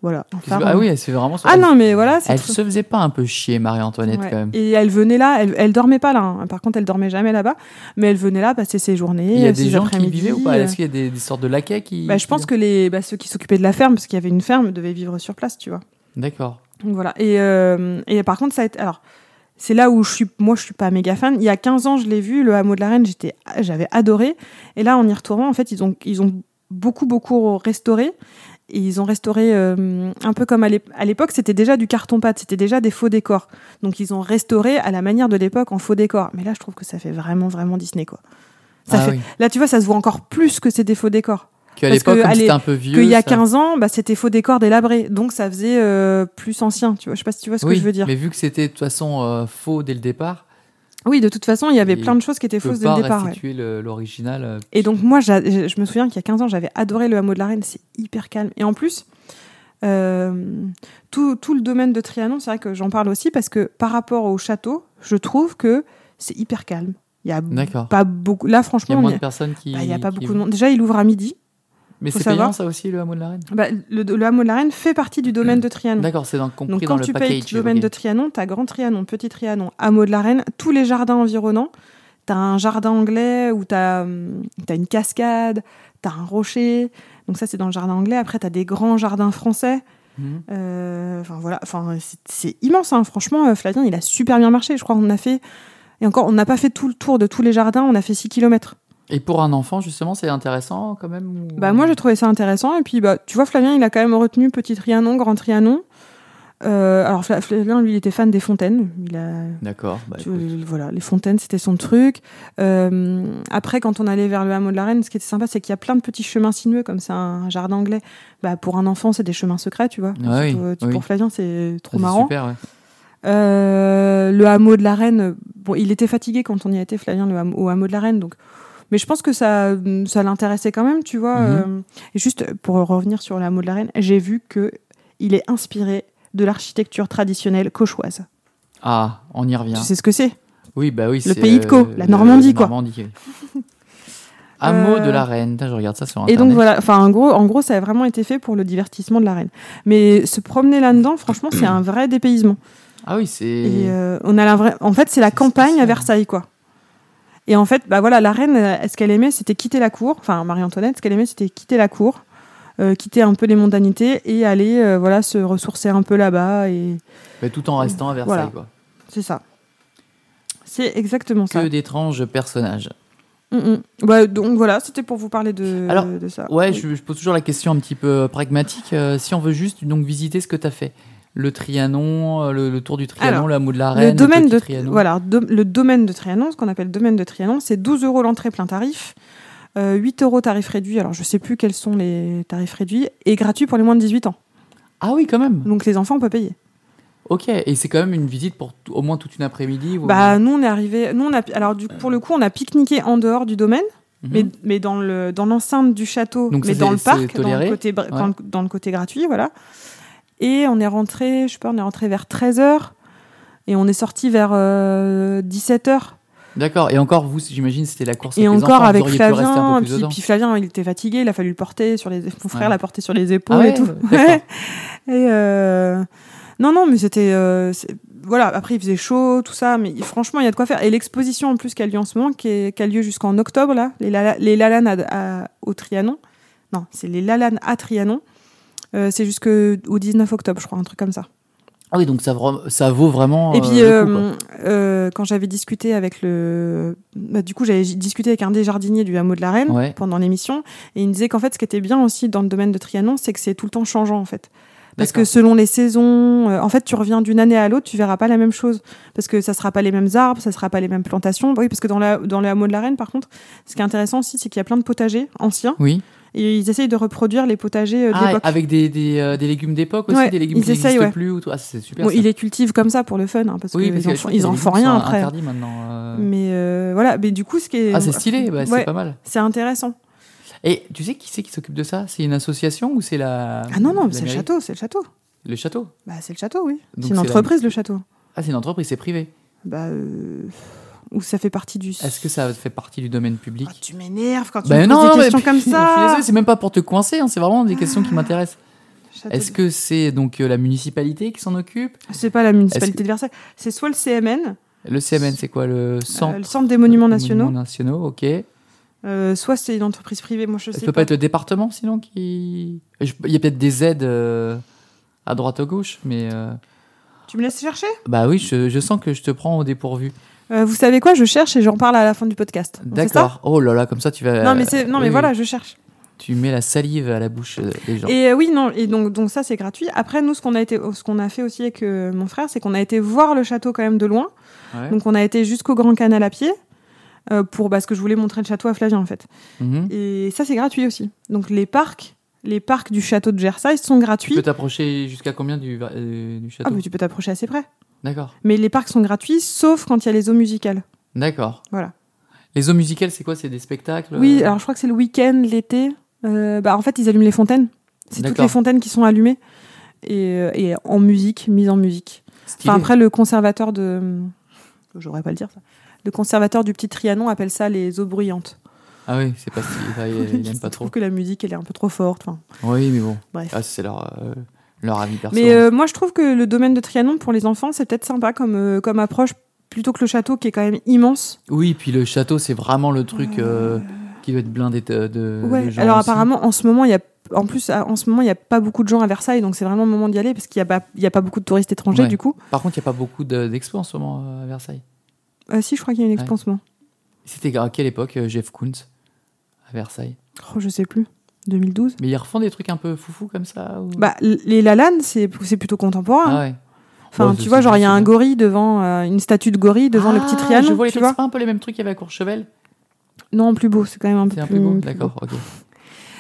S2: Voilà, un phare.
S1: Ah oui, c'est vraiment.
S2: Ah non, mais voilà, c'est
S1: Elle
S2: très-
S1: se faisait pas un peu chier Marie-Antoinette
S2: Ouais.
S1: quand même.
S2: Et elle venait là, elle, elle dormait pas là. hein. Par contre, elle dormait jamais là-bas, mais elle venait là passer ses journées.
S1: Il y a
S2: euh,
S1: des
S2: ses
S1: gens qui y
S2: après-midi,
S1: vivaient ou pas
S2: euh.
S1: Est-ce qu'il y a des, des sortes de laquais qui.
S2: Bah, je pense que les, bah, ceux qui s'occupaient de la ferme, parce qu'il y avait une ferme, devaient vivre sur place, tu vois.
S1: D'accord.
S2: Donc voilà. Et, euh, et par contre, ça a été. Alors, c'est là où je suis. Moi, je suis pas méga fan. Il y a 15 ans, je l'ai vu, le hameau de la Reine, j'étais, j'avais adoré. Et là, en y retournant, en fait, ils ont, ils ont beaucoup, beaucoup restauré. Et ils ont restauré euh, un peu comme à l'ép- à l'époque, c'était déjà du carton-pâte, c'était déjà des faux décors. Donc ils ont restauré à la manière de l'époque en faux décors. Mais là, je trouve que ça fait vraiment, vraiment Disney, quoi. Ça
S1: Ah
S2: fait...
S1: oui.
S2: Là, tu vois, ça se voit encore plus que c'est des faux décors
S1: Qu'à
S2: Parce
S1: l'époque,
S2: que,
S1: comme
S2: allez,
S1: c'était un peu vieux.
S2: qu'il y a
S1: ça-
S2: 15 ans, bah, c'était faux décor délabré. Donc ça faisait euh, plus ancien, tu vois. Je sais pas si tu vois ce
S1: Oui,
S2: que je veux dire.
S1: Mais vu que c'était de toute façon euh, faux dès le départ,
S2: Oui, de toute façon, il y avait
S1: Et
S2: plein de choses qui étaient
S1: tu peux
S2: fausses dès
S1: pas
S2: le départ. ouais.
S1: restituer le- l'original. euh,
S2: Et donc moi, j'a- je je me souviens qu'il y a 15 ans, j'avais adoré le hameau de la Reine. C'est hyper calme. Et en plus, euh, tout, tout le domaine de Trianon, c'est vrai que j'en parle aussi parce que par rapport au château, je trouve que c'est hyper calme. Il y a
S1: D'accord.
S2: Mm. pas beaucoup. Là,
S1: Il y
S2: franchement,
S1: a
S2: on
S1: moins
S2: y
S1: de
S2: a-
S1: personnes qui.
S2: bah, il y a pas
S1: qui
S2: beaucoup
S1: y
S2: de
S1: vont.
S2: monde. Déjà, il ouvre à midi.
S1: Mais
S2: Faut
S1: c'est payant
S2: savoir.
S1: ça aussi le hameau de la Reine
S2: Bah, le, le hameau de la Reine fait partie du
S1: Euh,
S2: domaine de Trianon.
S1: D'accord, c'est dans- compris
S2: Mm. Donc
S1: dans
S2: quand
S1: le
S2: tu
S1: package.
S2: payes le domaine
S1: ok.
S2: de Trianon, t'as Grand Trianon, Petit Trianon, Hameau de la Reine, tous les jardins environnants, t'as un jardin anglais où t'as hum, t'as une cascade, t'as un rocher. Donc ça, c'est dans le jardin anglais. Après, t'as des grands jardins français.
S1: Mhm.
S2: Euh, Enfin voilà, enfin c'est- c'est immense. hein. Franchement, euh, Flavien, il a super bien marché. Je crois qu'on a fait et encore, on n'a pas fait tout le tour de tous les jardins. On a fait 6 kilomètres.
S1: Et pour un enfant, justement, c'est intéressant quand même ou-
S2: Bah moi, j'ai trouvé ça intéressant. Et puis bah tu vois, Flavien, il a quand même retenu petit Trianon, grand Trianon. Euh, alors Fla- Flavien, lui, il était fan des fontaines. Il a
S1: D'accord. bah,
S2: Tu-
S1: écoute.
S2: voilà, les fontaines, c'était son truc. Euh, après, quand on allait vers le hameau de la Reine, ce qui était sympa, c'est qu'il y a plein de petits chemins sinueux, comme c'est un jardin anglais. Bah, pour un enfant, c'est des chemins secrets, tu vois.
S1: Ah oui,
S2: Surtout, euh, tu-
S1: oui.
S2: Pour Flavien, c'est trop
S1: Ah, c'est
S2: marrant.
S1: Super, ouais.
S2: Euh, le hameau de la Reine, euh, bon, il était fatigué quand on y a été, Flavien, le ham- au hameau de la Reine. Donc... Mais je pense que ça, hum, ça l'intéressait quand même, tu vois.
S1: Mhm.
S2: euh, Et juste pour revenir sur le hameau de la Reine, j'ai vu que il est inspiré de l'architecture traditionnelle cauchoise.
S1: Ah, on y revient.
S2: Tu sais ce que c'est
S1: Oui, bah oui.
S2: Le
S1: c'est,
S2: pays de Caux, la Normandie, quoi.
S1: Normandie, oui. Hameau
S2: Euh,
S1: de la Reine. Putain, Je regarde ça sur
S2: Et
S1: Internet.
S2: donc voilà, enfin en gros, en gros, ça a vraiment été fait pour le divertissement de la reine. Mais se promener là-dedans, franchement, c'est un vrai dépaysement.
S1: Ah oui, c'est.
S2: Et, euh, on a la vraie- en fait, c'est la
S1: C'est
S2: campagne à
S1: spécial.
S2: Versailles, quoi. Et en fait, bah voilà, la reine, euh, ce qu'elle aimait, c'était quitter la cour. Enfin, Marie-Antoinette, ce qu'elle aimait, c'était quitter la cour, euh, quitter un peu les mondanités et aller, euh, voilà, se ressourcer un peu là-bas. Et
S1: Mais bah, tout en restant à Versailles,
S2: Voilà.
S1: quoi.
S2: c'est ça. C'est exactement ça.
S1: Que d'étranges personnages.
S2: Mm, mm. Bah, donc voilà, c'était pour vous parler de,
S1: Alors,
S2: de ça.
S1: Ouais,
S2: Ah, Oui.
S1: je, je pose toujours la question un petit peu pragmatique. Euh, si on veut juste donc visiter ce que tu as fait, le Trianon, euh, le, le tour du Trianon,
S2: Alors,
S1: le hameau de la
S2: Le
S1: Reine,
S2: domaine,
S1: petit
S2: de,
S1: Trianon.
S2: voilà, do- le domaine de Trianon, ce qu'on appelle domaine de Trianon, c'est 12 euros l'entrée plein tarif, euh, 8 euros tarif réduit, alors je sais plus quels sont les tarifs réduits, et gratuit pour les moins de 18 ans.
S1: Ah oui, quand même.
S2: Donc les enfants, on peut payer.
S1: Ok, et c'est quand même une visite pour tout- au moins toute une après-midi. ou-
S2: Bah, nous, on est arrivé. Nous, on a, alors, du, pour le coup, on a pique-niqué en dehors du domaine,
S1: Mhm.
S2: mais, mais dans le- dans l'enceinte du château,
S1: Donc ça,
S2: mais
S1: c'est-
S2: dans le
S1: c'est
S2: parc, dans
S1: toléré
S2: le, côté, br-
S1: Ouais.
S2: dans, le, dans le côté gratuit, voilà. Et on est rentré, je sais pas, on est rentré vers 13h, et on est sorti vers euh, 17h.
S1: D'accord, et encore, vous, j'imagine, c'était la course
S2: Et
S1: avec les
S2: encore
S1: enfants, vous
S2: avec
S1: auriez pu rester un
S2: Flavien,
S1: peu plus
S2: puis,
S1: dedans.
S2: puis Flavien, il était fatigué, il a fallu le porter sur les, mon frère
S1: Ouais.
S2: l'a porté sur les épaules
S1: Ah ouais,
S2: et tout.
S1: d'accord.
S2: Ouais. Et euh, non, non, mais c'était euh, c'est- voilà. Après, il faisait chaud, tout ça, mais il- franchement, il y a de quoi faire. Et l'exposition en plus qui a lieu en ce moment, qui, est- qui a lieu jusqu'en octobre là, les, Lala- les Lalanes à- à- au Trianon. Non, c'est les Lalanes à Trianon. Euh, c'est jusqu'au 19 octobre, je crois, un truc comme ça.
S1: Ah oui, donc ça, vra- ça vaut vraiment.
S2: Et puis,
S1: euh, le coup,
S2: euh, euh, quand j'avais discuté avec le. bah, du coup, j'avais discuté avec un des jardiniers du hameau de la Reine
S1: Ouais.
S2: pendant l'émission. Et il me disait qu'en fait, ce qui était bien aussi dans le domaine de Trianon, c'est que c'est tout le temps changeant, en fait. Parce
S1: D'accord.
S2: que selon les saisons, euh, en fait, tu reviens d'une année à l'autre, tu verras pas la même chose. Parce que ça sera pas les mêmes arbres, ça sera pas les mêmes plantations. Bah Oui, parce que dans, la, dans le hameau de la Reine, par contre, ce qui est intéressant aussi, c'est qu'il y a plein de potagers anciens.
S1: quoi. Oui.
S2: Et ils essayent de reproduire les potagers euh,
S1: Ah,
S2: d'époque.
S1: avec des, des, euh, des légumes d'époque aussi,
S2: Ouais,
S1: des légumes
S2: ils
S1: qui
S2: essayent,
S1: n'existent
S2: ouais.
S1: plus. Ou tout. Ah, c'est super.
S2: Bon,
S1: ça.
S2: ils les cultivent comme ça pour le fun, hein, parce
S1: oui, parce que
S2: qu'ils en,
S1: je
S2: font-
S1: crois que
S2: ils en
S1: les
S2: font
S1: légumes
S2: rien
S1: sont
S2: après. hein.
S1: interdits maintenant. euh.
S2: Mais euh, voilà, mais du coup, ce qui est.
S1: Ah, c'est stylé, bah,
S2: Ouais.
S1: c'est pas mal.
S2: C'est intéressant.
S1: Et tu sais qui c'est qui s'occupe de ça C'est une association ou c'est la.
S2: Ah non, non,
S1: la
S2: c'est le
S1: mairie
S2: château, c'est le château.
S1: Le château
S2: Bah, c'est le château, oui.
S1: Donc
S2: C'est une
S1: c'est la-
S2: entreprise, le château.
S1: Ah, c'est une entreprise, c'est privé.
S2: Bah, euh, Ou ça fait partie du.
S1: Est-ce que ça fait partie du domaine public
S2: Ah, tu m'énerves quand tu
S1: Ben
S2: me poses des
S1: mais
S2: questions comme
S1: puis- je suis
S2: ça.
S1: désolé, c'est même pas pour te coincer, hein, c'est vraiment des questions qui m'intéressent.
S2: Château
S1: Est-ce
S2: de-
S1: que c'est donc euh, la municipalité qui s'en occupe
S2: C'est pas la
S1: Est-ce
S2: municipalité de Versailles. C'est soit le CMN,
S1: Le CMN, c'est quoi Le centre
S2: euh, le Centre des Monuments Nationaux,
S1: Monuments nationaux, ok.
S2: euh, soit c'est une entreprise privée. Moi, je
S1: Ça
S2: sais
S1: peut
S2: pas.
S1: pas être le département sinon qui. Je- Il y a peut-être des aides euh, à droite à gauche, mais. euh,
S2: Tu me laisses chercher
S1: Bah oui, je, je sens que je te prends au dépourvu.
S2: Euh, Vous savez quoi Je cherche et j'en parle à la fin du podcast. On fait ça
S1: D'accord. Oh là là, comme ça tu vas.
S2: Non, mais, c'est... Non, mais
S1: oui,
S2: voilà, je cherche.
S1: Tu mets la salive à la bouche euh, des gens.
S2: Et euh, oui, non, et donc, donc ça c'est gratuit. Après, nous, ce qu'on a, été, ce qu'on a fait aussi avec euh, mon frère, c'est qu'on a été voir le château quand même de loin.
S1: Ouais.
S2: Donc on a été jusqu'au Grand Canal à pied. euh, pour parce que je voulais montrer le château à Flavien en fait
S1: Mhm.
S2: et ça c'est gratuit aussi donc les parcs les parcs du château de Versailles sont
S1: Tu
S2: gratuits
S1: peux t'approcher jusqu'à combien du, euh, du
S2: ah
S1: château
S2: mais tu peux t'approcher assez près
S1: D'accord.
S2: mais les parcs sont gratuits sauf quand il y a les eaux musicales
S1: D'accord.
S2: Voilà.
S1: Les eaux musicales, c'est quoi C'est des spectacles
S2: oui
S1: euh,
S2: alors je crois que c'est le week-end l'été Euh, bah en fait ils allument les fontaines c'est toutes
S1: D'accord.
S2: les fontaines qui sont allumées et, euh, et en musique mise en musique
S1: stylés.
S2: Enfin, après, le conservateur de. J'aurais pas le dire, ça. Le conservateur du petit Trianon appelle ça les eaux bruyantes.
S1: Ah oui, c'est pas stylé. Enfin, il, il aime pas trop.
S2: trouve que la musique, elle est un peu trop forte. enfin,
S1: Oui, mais bon.
S2: bref.
S1: Ah, c'est leur, euh, leur avis perso.
S2: Mais euh, moi, je trouve que le domaine de Trianon, pour les enfants, c'est peut-être sympa comme, euh, comme approche plutôt que le château qui est quand même immense.
S1: Oui, puis le château, c'est vraiment le truc euh, qui doit être blindé de, de- de
S2: Ouais.
S1: Euh, gens
S2: Alors
S1: aussi.
S2: apparemment, en ce moment, il y a en plus, à- en ce moment, il n'y a pas beaucoup de gens à Versailles, donc c'est vraiment le moment d'y aller parce qu'il n'y a, pas- il y a pas beaucoup de touristes étrangers
S1: Ouais.
S2: du coup.
S1: Par contre, il n'y a pas beaucoup de- d'expos en ce moment euh, à Versailles.
S2: Euh, si, je crois qu'il y a une
S1: Ouais.
S2: expansion.
S1: C'était à quelle époque, euh, Jeff Koons, à Versailles
S2: Oh, je sais plus. 2012.
S1: Mais ils refont des trucs un peu foufou comme ça ou-
S2: Bah, hein, l- les Lalanne, c'est c'est plutôt contemporain.
S1: Ah ouais.
S2: Enfin,
S1: Bon,
S2: tu
S1: c'est-
S2: vois,
S1: c'est
S2: genre, il y a
S1: bien,
S2: un
S1: c'est
S2: gorille devant, euh, une statue de gorille devant le
S1: Ah,
S2: petit Trianon.
S1: Je vois les
S2: tu
S1: trucs,
S2: vois
S1: c'est pas un peu les mêmes trucs qu'il y avait à Courchevel
S2: Non, plus beau, c'est quand même un peu
S1: C'est
S2: plus,
S1: un peu beau,
S2: plus
S1: d'accord, ok.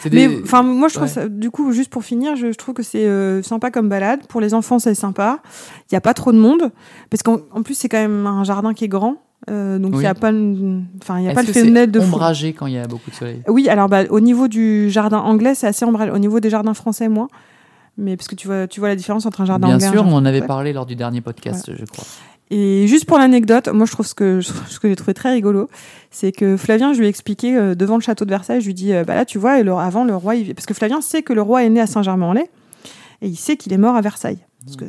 S1: C'est
S2: Mais
S1: des-
S2: enfin, moi, je trouve
S1: ouais.
S2: ça, du coup, juste pour finir, je, je trouve que c'est euh, sympa comme balade. Pour les enfants, c'est sympa. Il n'y a pas trop de monde. Parce qu'en en plus, c'est quand même un jardin qui est grand. euh, donc, il
S1: Oui.
S2: n'y a pas, le- enfin, il y a
S1: Est-ce
S2: pas le
S1: que c'est
S2: phénomène de fou.
S1: ombragé quand il y a beaucoup de soleil.
S2: Oui, alors bah, au niveau du jardin anglais, c'est assez ombragé. Au niveau des jardins français, moins. Mais parce que tu vois, tu vois la différence entre un jardin
S1: Bien
S2: anglais et un
S1: sûr,
S2: jardin
S1: on en avait
S2: ouais.
S1: parlé lors du dernier podcast, je crois.
S2: Et juste pour l'anecdote, moi je trouve ce que, ce que j'ai trouvé très rigolo, c'est que Flavien, je lui ai expliqué euh, devant le château de Versailles, je lui dis, euh, bah là tu vois, et le- avant le roi, il- parce que Flavien sait que le roi est né à Saint-Germain-en-Laye, et il sait qu'il est mort à Versailles. Parce que-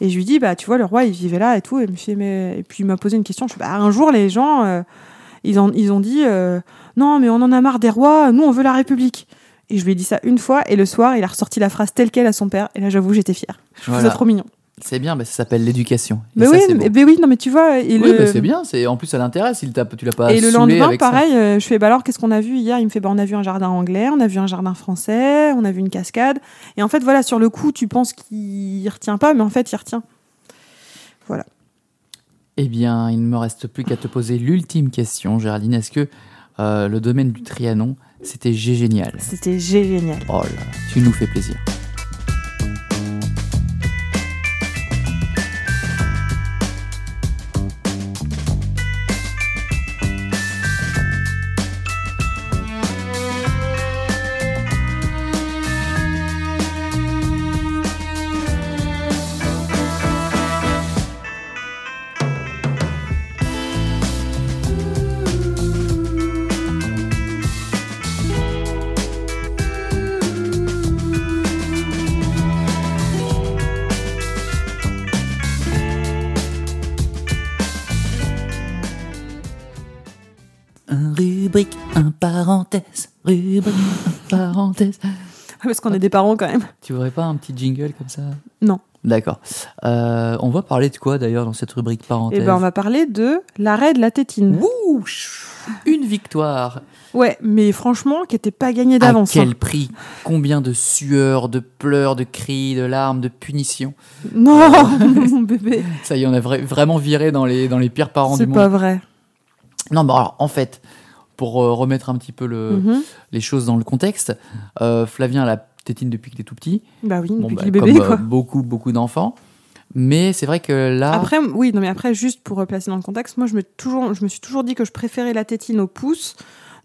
S2: Et je lui dis, bah tu vois, le roi, il vivait là et tout, et, il me fait, mais... et puis il m'a posé une question, je fais, bah un jour les gens, euh, ils, en- ils ont dit, euh, non mais on en a marre des rois, nous on veut la République. Et je lui ai dit ça une fois, et le soir, il a ressorti la phrase telle qu'elle à son père, et là j'avoue, j'étais fière. Je trouve
S1: Voilà.
S2: ça trop mignon.
S1: C'est bien, bah, ça s'appelle l'éducation. Et
S2: Mais
S1: ça,
S2: oui,
S1: c'est beau.
S2: mais, mais oui, non mais tu vois, et
S1: Oui,
S2: le-
S1: bah, c'est bien. C'est en plus ça l'intéresse. Il t'a, tu l'as pas.
S2: Et le
S1: saoulé
S2: lendemain,
S1: avec ça.
S2: pareil, euh, je fais bah alors qu'est-ce qu'on a vu hier Il me fait bah on a vu un jardin anglais, on a vu un jardin français, on a vu une cascade. Et en fait, voilà, sur le coup, tu penses qu'il retient pas, mais en fait, il retient.
S1: Eh bien, il ne me reste plus qu'à te poser l'ultime question, Géraldine. Est-ce que euh, le domaine du Trianon, c'était gé- génial
S2: C'était génial.
S1: Oh là, tu nous fais plaisir. Un rubrique, un parenthèse, rubrique, un parenthèse.
S2: Parce
S1: Ah.
S2: qu'on est des parents quand même.
S1: Tu voudrais pas un petit jingle comme ça
S2: Non.
S1: D'accord. Euh, on va parler de quoi d'ailleurs dans cette rubrique
S2: Et
S1: parenthèse
S2: ben on va parler de l'arrêt de la tétine.
S1: Wouh Une victoire
S2: Ouais, mais franchement, qui était pas gagné
S1: À
S2: d'avance.
S1: Ah,
S2: hein.
S1: quel prix Combien de sueurs, de pleurs, de cris, de larmes, de punitions
S2: hein. Non, mon bébé,
S1: Ça y est, on a vra- vraiment viré dans les, dans les pires parents du
S2: c'est
S1: monde.
S2: pas vrai.
S1: Non, mais alors, en fait, pour euh, remettre un petit peu le,
S2: Mhm.
S1: les choses dans le contexte, euh, Flavien a la tétine depuis qu'il est tout petit.
S2: Bah oui,
S1: Bon,
S2: depuis
S1: bah,
S2: qu'il est bébé
S1: comme euh,
S2: quoi.
S1: beaucoup, beaucoup d'enfants. Mais c'est vrai que là,
S2: Après, oui, non, mais après, juste pour replacer dans le contexte, moi, je me, toujours, je me suis toujours dit que je préférais la tétine au pouce,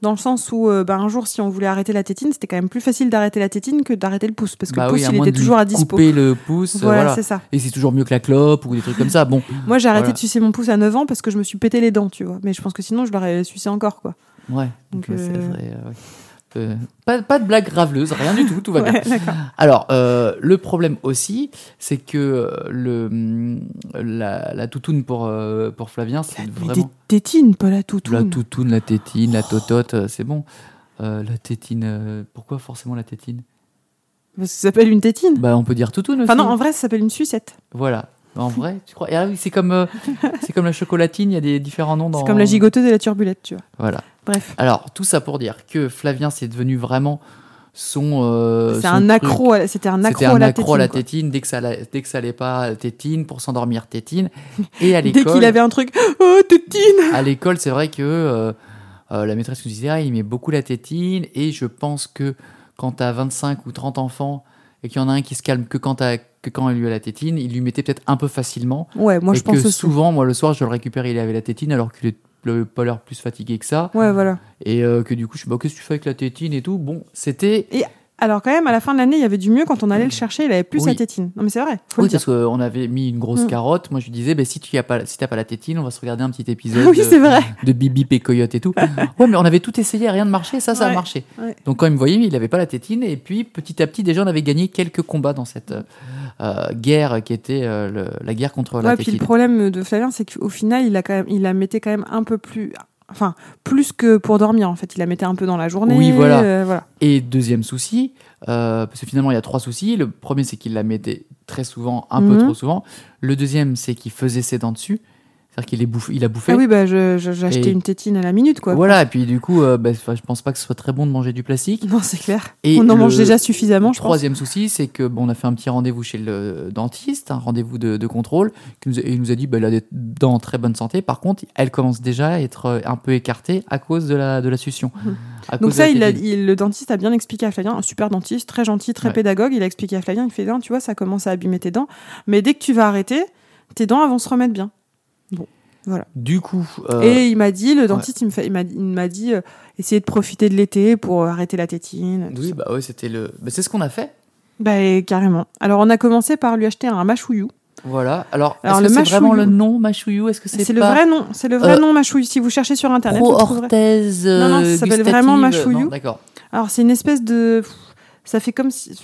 S2: dans le sens où, euh, bah, un jour, si on voulait arrêter la tétine, c'était quand même plus facile d'arrêter la tétine que d'arrêter le pouce, parce que
S1: bah
S2: le
S1: oui,
S2: pouce,
S1: à
S2: il
S1: moins
S2: était
S1: de
S2: toujours
S1: lui
S2: à dispo.
S1: couper le pouce, euh,
S2: Voilà,
S1: voilà.
S2: c'est ça.
S1: Et c'est toujours mieux que la clope ou des trucs comme ça. Bon,
S2: Moi, j'ai arrêté
S1: Voilà.
S2: de sucer mon pouce à 9 ans parce que je me suis pété les dents, tu vois. Mais je pense que sinon, je l'aurais sucé encore, quoi.
S1: ouais.
S2: Donc,
S1: c'est-
S2: euh,
S1: c'est, euh, ouais. Euh, pas, pas de blague graveleuse, rien du tout, tout va bien.
S2: Ouais, d'accord.
S1: Alors, euh, le problème aussi, c'est que euh, le, hum, la, la toutoune pour, euh, pour Flavien, c'est
S2: Mais
S1: vraiment.
S2: des Oh. tétines, pas la toutoune.
S1: La toutoune, la tétine, la totote, euh, c'est bon. Euh, la tétine, euh, pourquoi forcément la tétine
S2: Parce que ça s'appelle une tétine.
S1: Bah, on peut dire toutoune aussi.
S2: Enfin, non, en vrai, ça s'appelle une sucette.
S1: Voilà. En vrai, tu crois Et ah oui, c'est comme, euh, c'est comme la chocolatine, il y a des différents noms dans.
S2: C'est comme la gigoteuse et la turbulette, tu vois.
S1: Voilà.
S2: Bref,
S1: Alors, tout ça pour dire que Flavien, c'est devenu vraiment son. euh,
S2: c'est
S1: son
S2: un
S1: truc.
S2: accro, à la- c'était un accro
S1: C'était un
S2: à la
S1: accro à la
S2: tétine,
S1: tétine, dès que ça allait- dès que ça allait pas tétine pour s'endormir tétine et à
S2: quoi. Dès
S1: l'école
S2: qu'il avait un truc, oh, tétine
S1: à l'école c'est vrai que euh, euh, la maîtresse nous disait ah, il met beaucoup la tétine et je pense que quand t'as 25 ou 30 enfants et qu'il y en a un qui se calme que quand t'as- que quand il lui a la tétine il lui mettait peut-être un peu facilement
S2: Ouais, moi,
S1: et
S2: je pense
S1: que
S2: aussi.
S1: souvent moi le soir je le récupérais il avait la tétine alors qu'il est le- pas l'air plus fatigué que ça
S2: Ouais, voilà.
S1: et euh, que du coup je suis bah qu'est-ce que tu fais avec la tétine et tout bon c'était
S2: Et Alors quand même, à la fin de l'année, il y avait du mieux quand on allait le chercher. Il avait plus
S1: Oui.
S2: sa tétine. Non mais c'est vrai. Faut
S1: Oui,
S2: le dire.
S1: parce qu'on avait mis une grosse
S2: Mm.
S1: carotte. Moi, je lui disais, ben si tu n'as pas, si t'as pas la tétine, on va se regarder un petit épisode
S2: Oui,
S1: de,
S2: c'est vrai.
S1: de Bibi et Coyote et tout. ouais, mais on avait tout essayé, rien ne marchait. Ça, ça a
S2: Ouais,
S1: marché.
S2: ouais.
S1: Donc, quand il me voyait, il n'avait pas la tétine. Et puis, petit à petit, déjà, on avait gagné quelques combats dans cette euh, euh, guerre qui était euh, le- la guerre contre la
S2: Ouais, puis
S1: tétine.
S2: le problème de Flavien, c'est qu'au final, il a quand même, il la mettait quand même un peu plus, enfin, plus que pour dormir en fait. Il la mettait un peu dans la journée.
S1: Oui, voilà.
S2: euh, voilà.
S1: Et deuxième souci, euh, parce que finalement il y a trois soucis. Le premier c'est qu'il la mettait très souvent, un peu
S2: Mhm.
S1: trop souvent. Le deuxième c'est qu'il faisait ses dents dessus, c'est-à-dire qu'il les bouffe- il a bouffé.
S2: Ah oui, bah je- je- j'ai acheté
S1: Et-
S2: une tétine à la minute quoi.
S1: voilà, et puis du coup, euh, bah, 'fin, je pense pas que ce soit très bon de manger du plastique.
S2: Non, c'est clair.
S1: Et
S2: on
S1: le
S2: en mange déjà suffisamment, je pense.
S1: Troisième souci, c'est que bon, on a fait un petit rendez-vous chez le dentiste, un rendez-vous de, de contrôle, qui nous a- et il nous a dit bah, elle a des dents en très bonne santé. Par contre, elle commence déjà à être euh, un peu écartée à cause de la, de la succion.
S2: Mhm.
S1: à
S2: Donc
S1: cause de
S2: ça,
S1: la
S2: il a-
S1: tétine.
S2: il- le dentiste a bien expliqué à Flavien, un super dentiste, très gentil, très
S1: Ouais.
S2: pédagogue, il a expliqué à Flavien, il fait, non, tu vois, ça commence à abîmer tes dents, mais dès que tu vas arrêter, tes dents elles vont se remettre bien.
S1: Du coup, euh,
S2: Et il m'a dit, le dentiste, il me fait- il m'a il m'a dit, euh, essayez de profiter de l'été pour euh, arrêter la tétine. tout
S1: oui,
S2: ça.
S1: bah ouais, c'était le, bah, c'est ce qu'on a fait.
S2: Bah, et carrément. Alors on a commencé par lui acheter un machouillou.
S1: Voilà. Alors,
S2: Alors,
S1: est-ce
S2: le
S1: que c'est vraiment le
S2: machouillou-
S1: nom Machouillou Est-ce que c'est
S2: C'est
S1: pas
S2: le vrai nom, c'est le vrai
S1: Euh,
S2: nom machouillou. Si vous cherchez sur internet, vous
S1: pro
S2: le trouverez.
S1: orthèse
S2: Non, non, ça
S1: euh,
S2: s'appelle
S1: gustative
S2: vraiment Machouillou.
S1: Non, D'accord.
S2: Alors c'est une espèce de, pff, ça fait comme si,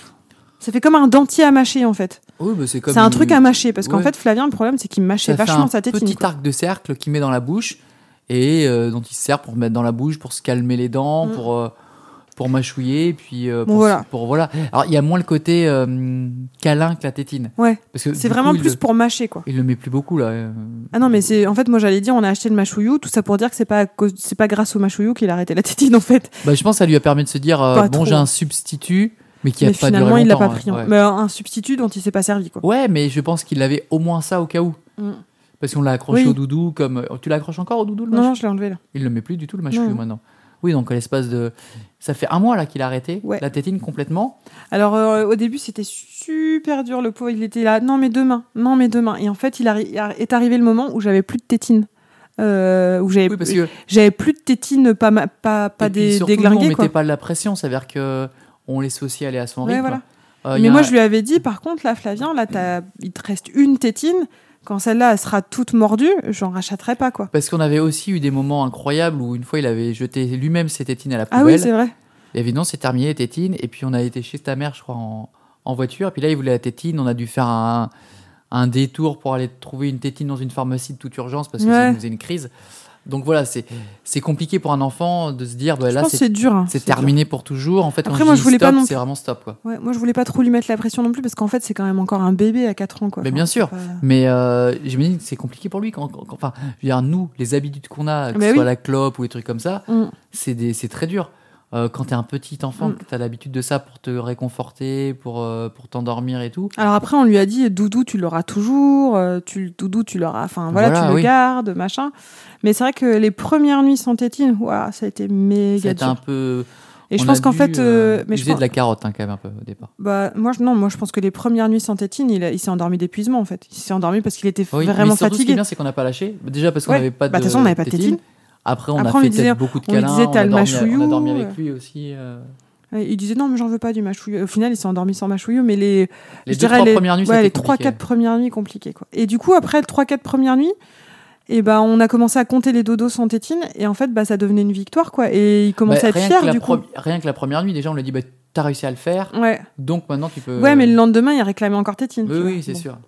S2: ça fait comme un dentier à mâcher en fait.
S1: Oui, bah, c'est comme
S2: C'est un truc à mâcher parce qu'en
S1: Ouais.
S2: fait Flavien le problème c'est qu'il mâchait
S1: ça fait
S2: vachement
S1: un
S2: sa tétine.
S1: Petit
S2: quoi.
S1: arc de cercle qu'il met dans la bouche et euh, dont il se sert pour mettre dans la bouche, pour se calmer les dents,
S2: Mm.
S1: pour euh, pour mâchouiller, et puis euh,
S2: Bon,
S1: pour,
S2: voilà.
S1: pour- voilà. Alors il y a moins le côté euh, câlin que la tétine.
S2: Ouais.
S1: Parce que
S2: C'est
S1: du
S2: vraiment
S1: coup, il
S2: plus
S1: le-
S2: pour mâcher quoi.
S1: Il le met plus beaucoup là. euh.
S2: Ah non mais c'est en fait moi j'allais dire on a acheté le machouillou tout ça pour dire que c'est pas à cause c'est pas grâce au machouillou qu'il a arrêté la tétine en fait.
S1: Bah, je pense que ça lui a permis de se dire euh,
S2: Pas
S1: bon
S2: trop.
S1: j'ai un substitut mais qui
S2: mais
S1: a pas
S2: finalement
S1: duré
S2: il l'a
S1: longtemps.
S2: pas
S1: hein.
S2: pris. hein.
S1: Ouais.
S2: Mais un un substitut dont il s'est pas servi quoi.
S1: Ouais, mais je pense qu'il avait au moins ça au cas où.
S2: Mm.
S1: Parce qu'on l'a accroché
S2: Oui.
S1: au doudou comme. Tu l'accroches encore au doudou le
S2: Non,
S1: mâche
S2: non je l'ai enlevé là.
S1: Il le met plus du tout le mâche plus
S2: Non.
S1: maintenant. Oui, donc à l'espace de. Ça fait un mois là qu'il a arrêté
S2: Ouais.
S1: la tétine complètement.
S2: Alors euh, au début c'était super dur le pauvre il était là non mais demain non mais demain et en fait il arri- est arrivé le moment où j'avais plus de tétine. Euh, où j'avais
S1: Oui, parce que.
S2: j'avais plus de tétine pas ma- pas pas
S1: et puis,
S2: des,
S1: surtout, nous, on
S2: déglinguées quoi.
S1: mettait pas de la pression, c'est-à-dire que on laissait aussi aller à son
S2: Ouais,
S1: rythme.
S2: voilà.
S1: Euh, il y
S2: Mais
S1: a
S2: moi,
S1: un-
S2: je lui avais dit, par contre, là, Flavien, là, t'as- il te reste une tétine. Quand celle-là, elle sera toute mordue, j'en rachèterai pas, quoi.
S1: Parce qu'on avait aussi eu des moments incroyables où une fois il avait jeté lui-même ses tétines à la
S2: Ah oui,
S1: poubelle.
S2: c'est vrai.
S1: il avait dit non, c'est terminé les tétines. Et puis on a été chez ta mère, je crois, en, en voiture. Et puis là, il voulait la tétine. On a dû faire un, un détour pour aller trouver une tétine dans une pharmacie de toute urgence parce que
S2: Ouais.
S1: ça nous faisait une crise. Donc voilà, c'est c'est compliqué pour un enfant de se dire bah,
S2: je
S1: là,
S2: pense que
S1: c'est
S2: c'est dur. hein.
S1: c'est terminé pour toujours. En fait,
S2: Après,
S1: quand
S2: moi,
S1: je
S2: je
S1: dis
S2: voulais pas
S1: stop,
S2: non
S1: c'est vraiment stop. Quoi.
S2: dur. Ouais, moi, je voulais pas trop lui mettre la pression non plus, parce qu'en fait, c'est quand même encore un bébé à 4 ans, quoi.
S1: Mais bien sûr.
S2: c'est pas-
S1: Mais euh, j'imagine que c'est compliqué pour lui. Quand, quand- quand- enfin, je veux dire, nous, les habitudes qu'on a, que
S2: Mais
S1: ce soit
S2: Bah oui.
S1: la clope ou les trucs comme ça,
S2: Mm.
S1: c'est des- c'est très dur. Euh, quand t'es un petit enfant,
S2: Mm.
S1: que t'as l'habitude de ça pour te réconforter, pour, euh, pour t'endormir et tout,
S2: Alors après, on lui a dit, Doudou, tu l'auras toujours, euh, tu, Doudou, tu l'auras, enfin, voilà,
S1: Voilà,
S2: tu le
S1: oui.
S2: gardes, machin. Mais c'est vrai que les premières nuits sans tétine, ouah, ça a été
S1: Ça a
S2: méga
S1: été
S2: dur.
S1: un peu.
S2: Et je
S1: on
S2: pense
S1: a
S2: qu'en
S1: dû,
S2: fait, euh,
S1: euh,
S2: mais je
S1: user
S2: pense,
S1: de la carotte hein, quand même un peu au départ.
S2: Bah, moi, je, non, moi, je pense que les premières nuits sans tétine, il, a- il s'est endormi d'épuisement, en fait. Il s'est endormi parce qu'il était
S1: Oui,
S2: vraiment
S1: mais surtout, ce qui est
S2: fatigué.
S1: bien, c'est qu'on n'a pas lâché. Déjà parce qu'on
S2: Ouais.
S1: n'avait pas de.
S2: Bah, de toute façon, on n'avait pas de tétine.
S1: Après, on
S2: Après, on
S1: a
S2: lui
S1: fait
S2: disait-
S1: peut-être beaucoup de
S2: on lui
S1: câlins.
S2: disait,
S1: on,
S2: t'as
S1: a
S2: le
S1: dormi, on a dormi
S2: machouillou,
S1: avec lui aussi. euh,
S2: Ouais, Il disait non, mais j'en veux pas du machouillou. Au final, il s'est endormi sans machouillou, mais les,
S1: Les
S2: je
S1: deux,
S2: dirais
S1: trois
S2: les-
S1: premières nuits,
S2: ouais,
S1: c'était
S2: les trois,
S1: compliqué.
S2: quatre premières nuits compliquées, quoi. Et du coup, après les trois, quatre premières nuits, et ben, on a commencé à compter les dodos sans tétine, et en fait, bah, ça devenait une victoire, quoi. Et il
S1: Bah,
S2: commençait à être
S1: rien que
S2: fier,
S1: la
S2: du coup.
S1: pre- Rien que la première nuit, déjà, on lui a dit bah, t'as réussi à le faire,
S2: Ouais.
S1: donc maintenant tu peux.
S2: ouais, mais le lendemain, il réclamait encore tétine.
S1: Euh, Oui,
S2: tu vois.
S1: oui, c'est
S2: Bon.
S1: sûr.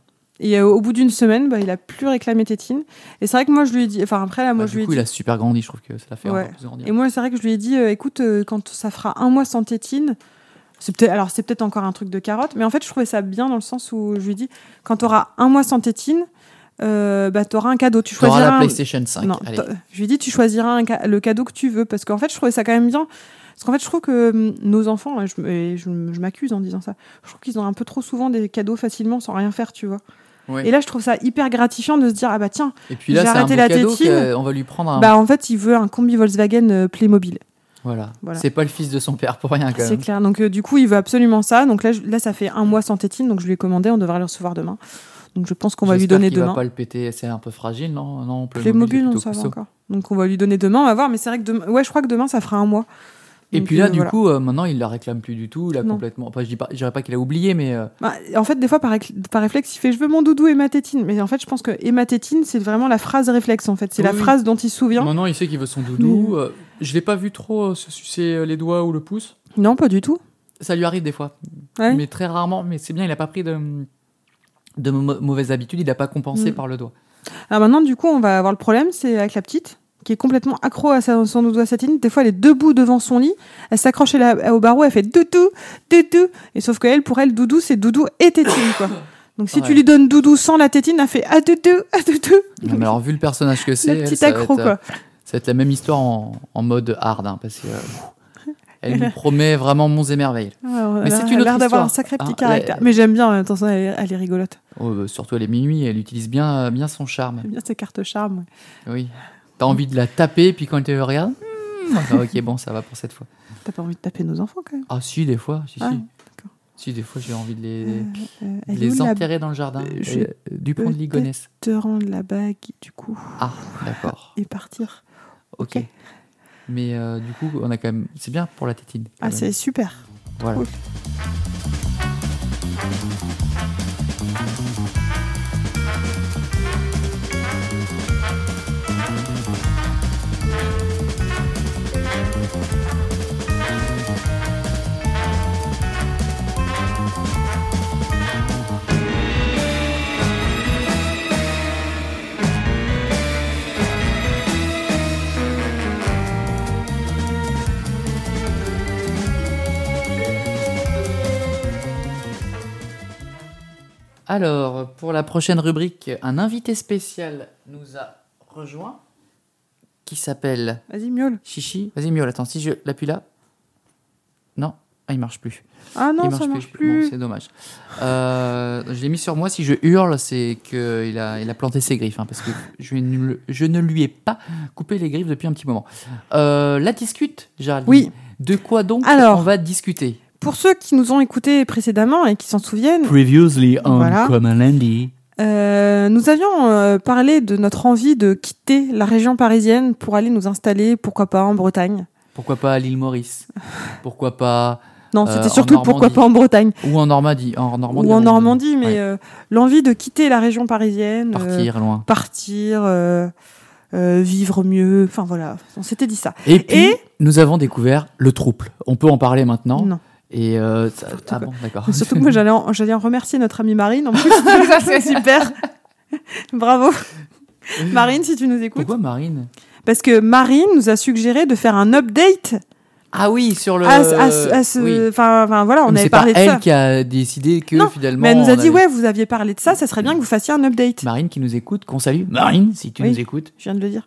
S2: Et euh, au bout d'une semaine, bah, il a plus réclamé tétine. Et c'est vrai que moi, je lui ai dit, enfin, après, là, moi,
S1: Bah,
S2: je lui
S1: Du
S2: ai
S1: coup,
S2: dit.
S1: il a super grandi, je trouve que ça l'a fait
S2: Ouais.
S1: encore plus grandir.
S2: Et moi, c'est vrai que je lui ai dit, euh, écoute, euh, quand ça fera un mois sans tétine, c'est peut-être, alors c'est peut-être encore un truc de carotte, mais en fait, je trouvais ça bien dans le sens où je lui ai dit, quand tu auras un mois sans tétine, euh, bah, tu auras un cadeau. Tu
S1: T'auras
S2: choisiras.
S1: la
S2: un-
S1: PlayStation 5.
S2: Non,
S1: Allez.
S2: t'as- je lui ai dit, tu choisiras un ca- le cadeau que tu veux, parce qu'en fait, je trouvais ça quand même bien. Parce qu'en fait, je trouve que hum, nos enfants, là, je, m- et je, m- je m'accuse en disant ça, je trouve qu'ils ont un peu trop souvent des cadeaux facilement sans rien faire, tu vois.
S1: Ouais.
S2: Et là, je trouve ça hyper gratifiant de se dire, ah bah tiens,
S1: Et puis là,
S2: j'ai
S1: c'est un
S2: arrêté
S1: beau
S2: la
S1: cadeau
S2: tétine.
S1: qu'on va lui prendre. un-
S2: bah en fait, il veut un combi Volkswagen euh, Playmobil.
S1: Voilà.
S2: voilà.
S1: C'est pas le fils de son père pour rien, quand
S2: C'est
S1: même.
S2: clair. Donc euh, du coup, il veut absolument ça. Donc là, je- là, ça fait un mois sans tétine. Donc je lui ai commandé. On devrait le recevoir demain. Donc je pense qu'on va lui
S1: J'espère
S2: donner
S1: qu'il va
S2: demain.
S1: pas le péter, c'est un peu fragile, non Non,
S2: Playmobil,
S1: c'est
S2: on
S1: plutôt
S2: ça va
S1: costaud.
S2: encore. Donc on va lui donner demain. On va voir. Mais c'est vrai que demain, ouais, je crois que demain, ça fera un mois.
S1: Et
S2: Donc,
S1: puis là,
S2: euh,
S1: du
S2: voilà.
S1: coup, euh, maintenant, il la réclame plus du tout. Il a
S2: Non.
S1: complètement. Enfin, je dis pas, je dirais pas qu'il a oublié, mais euh,
S2: Bah, en fait, des fois, par, récl- par réflexe, il fait Je veux mon doudou et ma tétine. Mais en fait, je pense que et ma tétine, c'est vraiment la phrase réflexe, en fait. C'est
S1: Oui,
S2: la
S1: oui.
S2: phrase dont il se souvient.
S1: maintenant, il sait qu'il veut son doudou. Euh, je l'ai pas vu trop euh, se sucer euh, les doigts ou le pouce.
S2: Non, pas du tout.
S1: Ça lui arrive des fois,
S2: Ah oui
S1: mais très rarement. Mais c'est bien, il a pas pris de de mau- mauvaises habitudes. Il n'a pas compensé
S2: Mm.
S1: par le doigt.
S2: Alors maintenant, du coup, on va avoir le problème c'est avec la petite, qui est complètement accro à sa- son doudou à sa tétine. Des fois, elle est debout devant son lit, elle s'accroche à la- au barreau, elle fait doudou, doudou. Et sauf que elle, pour elle, doudou, c'est doudou et tétine, quoi. Donc si
S1: Ah Ouais.
S2: tu lui donnes doudou sans la tétine, elle fait ah doudou, ah doudou.
S1: Non, mais alors, vu le personnage que
S2: La
S1: c'est, elle,
S2: petite
S1: ça va
S2: accro,
S1: être, euh,
S2: quoi.
S1: Ça va être la même histoire en, en mode hard, hein, parce que euh, pff, elle lui promet vraiment monts et merveilles.
S2: Alors,
S1: Mais
S2: elle a-
S1: c'est une
S2: elle a
S1: autre
S2: l'air d'avoir un
S1: histoire.
S2: sacré petit
S1: Ah,
S2: caractère.
S1: elle-
S2: Mais j'aime bien, attention, elle, est- elle est rigolote.
S1: Oh, euh, surtout, elle est minuit, elle utilise bien, euh, bien son charme.
S2: J'aime bien ces cartes charme. ouais.
S1: Oui. T'as envie de la taper, puis quand elle te regarde, hmm, ah, ok, bon, ça va pour cette fois.
S2: T'as pas envie de taper nos enfants quand même.
S1: Ah, si, des fois, si,
S2: Ah,
S1: si.
S2: d'accord.
S1: Si, des fois, j'ai envie de les,
S2: Euh,
S1: de
S2: elle est
S1: les
S2: où la-
S1: enterrer dans le jardin
S2: Euh, je-
S1: euh, du pont de Ligonnès.
S2: te rendre la bague du coup
S1: Ah, d'accord.
S2: et partir.
S1: Ah Ok.
S2: ok.
S1: Mais euh, du coup, on a quand même. C'est bien pour la tétine. quand
S2: Ah
S1: même.
S2: c'est super.
S1: Voilà.
S2: cool.
S1: Alors, pour la prochaine rubrique, un invité spécial nous a rejoint qui s'appelle
S2: Vas-y miaule.
S1: Chichi. Vas-y, miaule, attends, si je l'appuie là. Non, ah, il marche plus.
S2: Ah non
S1: il
S2: ça marche plus.
S1: Bon, c'est dommage. Euh, je l'ai mis sur moi. Si je hurle, c'est qu'il a, il a planté ses griffes. hein, parce que je, ne- je ne lui ai pas coupé les griffes depuis un petit moment. Euh, la discute, Géraldine.
S2: Oui.
S1: De quoi donc
S2: Alors.
S1: on va discuter
S2: Pour ceux qui nous ont écoutés précédemment et qui s'en souviennent,
S1: Previously
S2: on Voilà.
S1: Common Lundi.
S2: euh, nous avions euh, parlé de notre envie de quitter la région parisienne pour aller nous installer, pourquoi pas en Bretagne.
S1: Pourquoi pas à l'île Maurice Pourquoi pas
S2: Non,
S1: Euh,
S2: c'était
S1: en
S2: surtout pourquoi
S1: Normandie.
S2: pas en Bretagne
S1: ou en Normandie En Normandie,
S2: ou en
S1: on-
S2: Normandie, mais
S1: Ouais.
S2: euh, l'envie de quitter la région parisienne. euh,
S1: partir loin.
S2: partir, euh, euh, vivre mieux. Enfin voilà, on s'était dit ça.
S1: Et puis
S2: et-
S1: nous avons découvert le trouble. On peut en parler maintenant.
S2: Non.
S1: Et euh, ça-
S2: N'importe
S1: ah
S2: quoi.
S1: bon, d'accord.
S2: Mais surtout que moi j'allais en, j'allais en remercier notre amie Marine en plus. c'est super. Bravo. Marine, si tu nous écoutes.
S1: Pourquoi Marine
S2: Parce que Marine nous a suggéré de faire un update
S1: Ah oui, sur le.
S2: à, ce- à ce- à ce-
S1: Euh, Oui.
S2: Enfin enfin, voilà, on
S1: Mais
S2: avait
S1: c'est pas
S2: parlé de
S1: elle
S2: ça.
S1: qui a décidé que
S2: Non,
S1: finalement.
S2: Mais elle nous a
S1: on
S2: dit,
S1: avait-
S2: ouais, vous aviez parlé de ça, ça serait bien que vous fassiez un update.
S1: Marine qui nous écoute, qu'on salue. Marine, si tu
S2: Oui.
S1: nous écoutes.
S2: Je viens de le dire.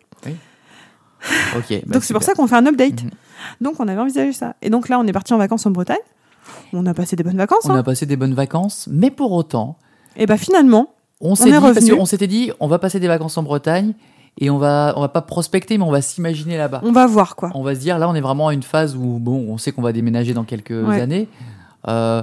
S1: Ok. bah,
S2: donc c'est
S1: super.
S2: pour ça qu'on fait un update.
S1: Mhm.
S2: Donc on avait envisagé ça. Et donc là, on est parti en vacances en Bretagne. On a passé des bonnes vacances.
S1: On
S2: hein.
S1: a passé des bonnes vacances, mais pour autant,
S2: Et bah finalement,
S1: on s'est
S2: est
S1: dit parce
S2: revenu.
S1: qu'on s'était dit, on va passer des vacances en Bretagne et on va, on va pas prospecter, mais on va s'imaginer là-bas.
S2: on va voir quoi.
S1: on va se dire là on est vraiment à une phase où bon on sait qu'on va déménager dans quelques
S2: Ouais.
S1: années Euh,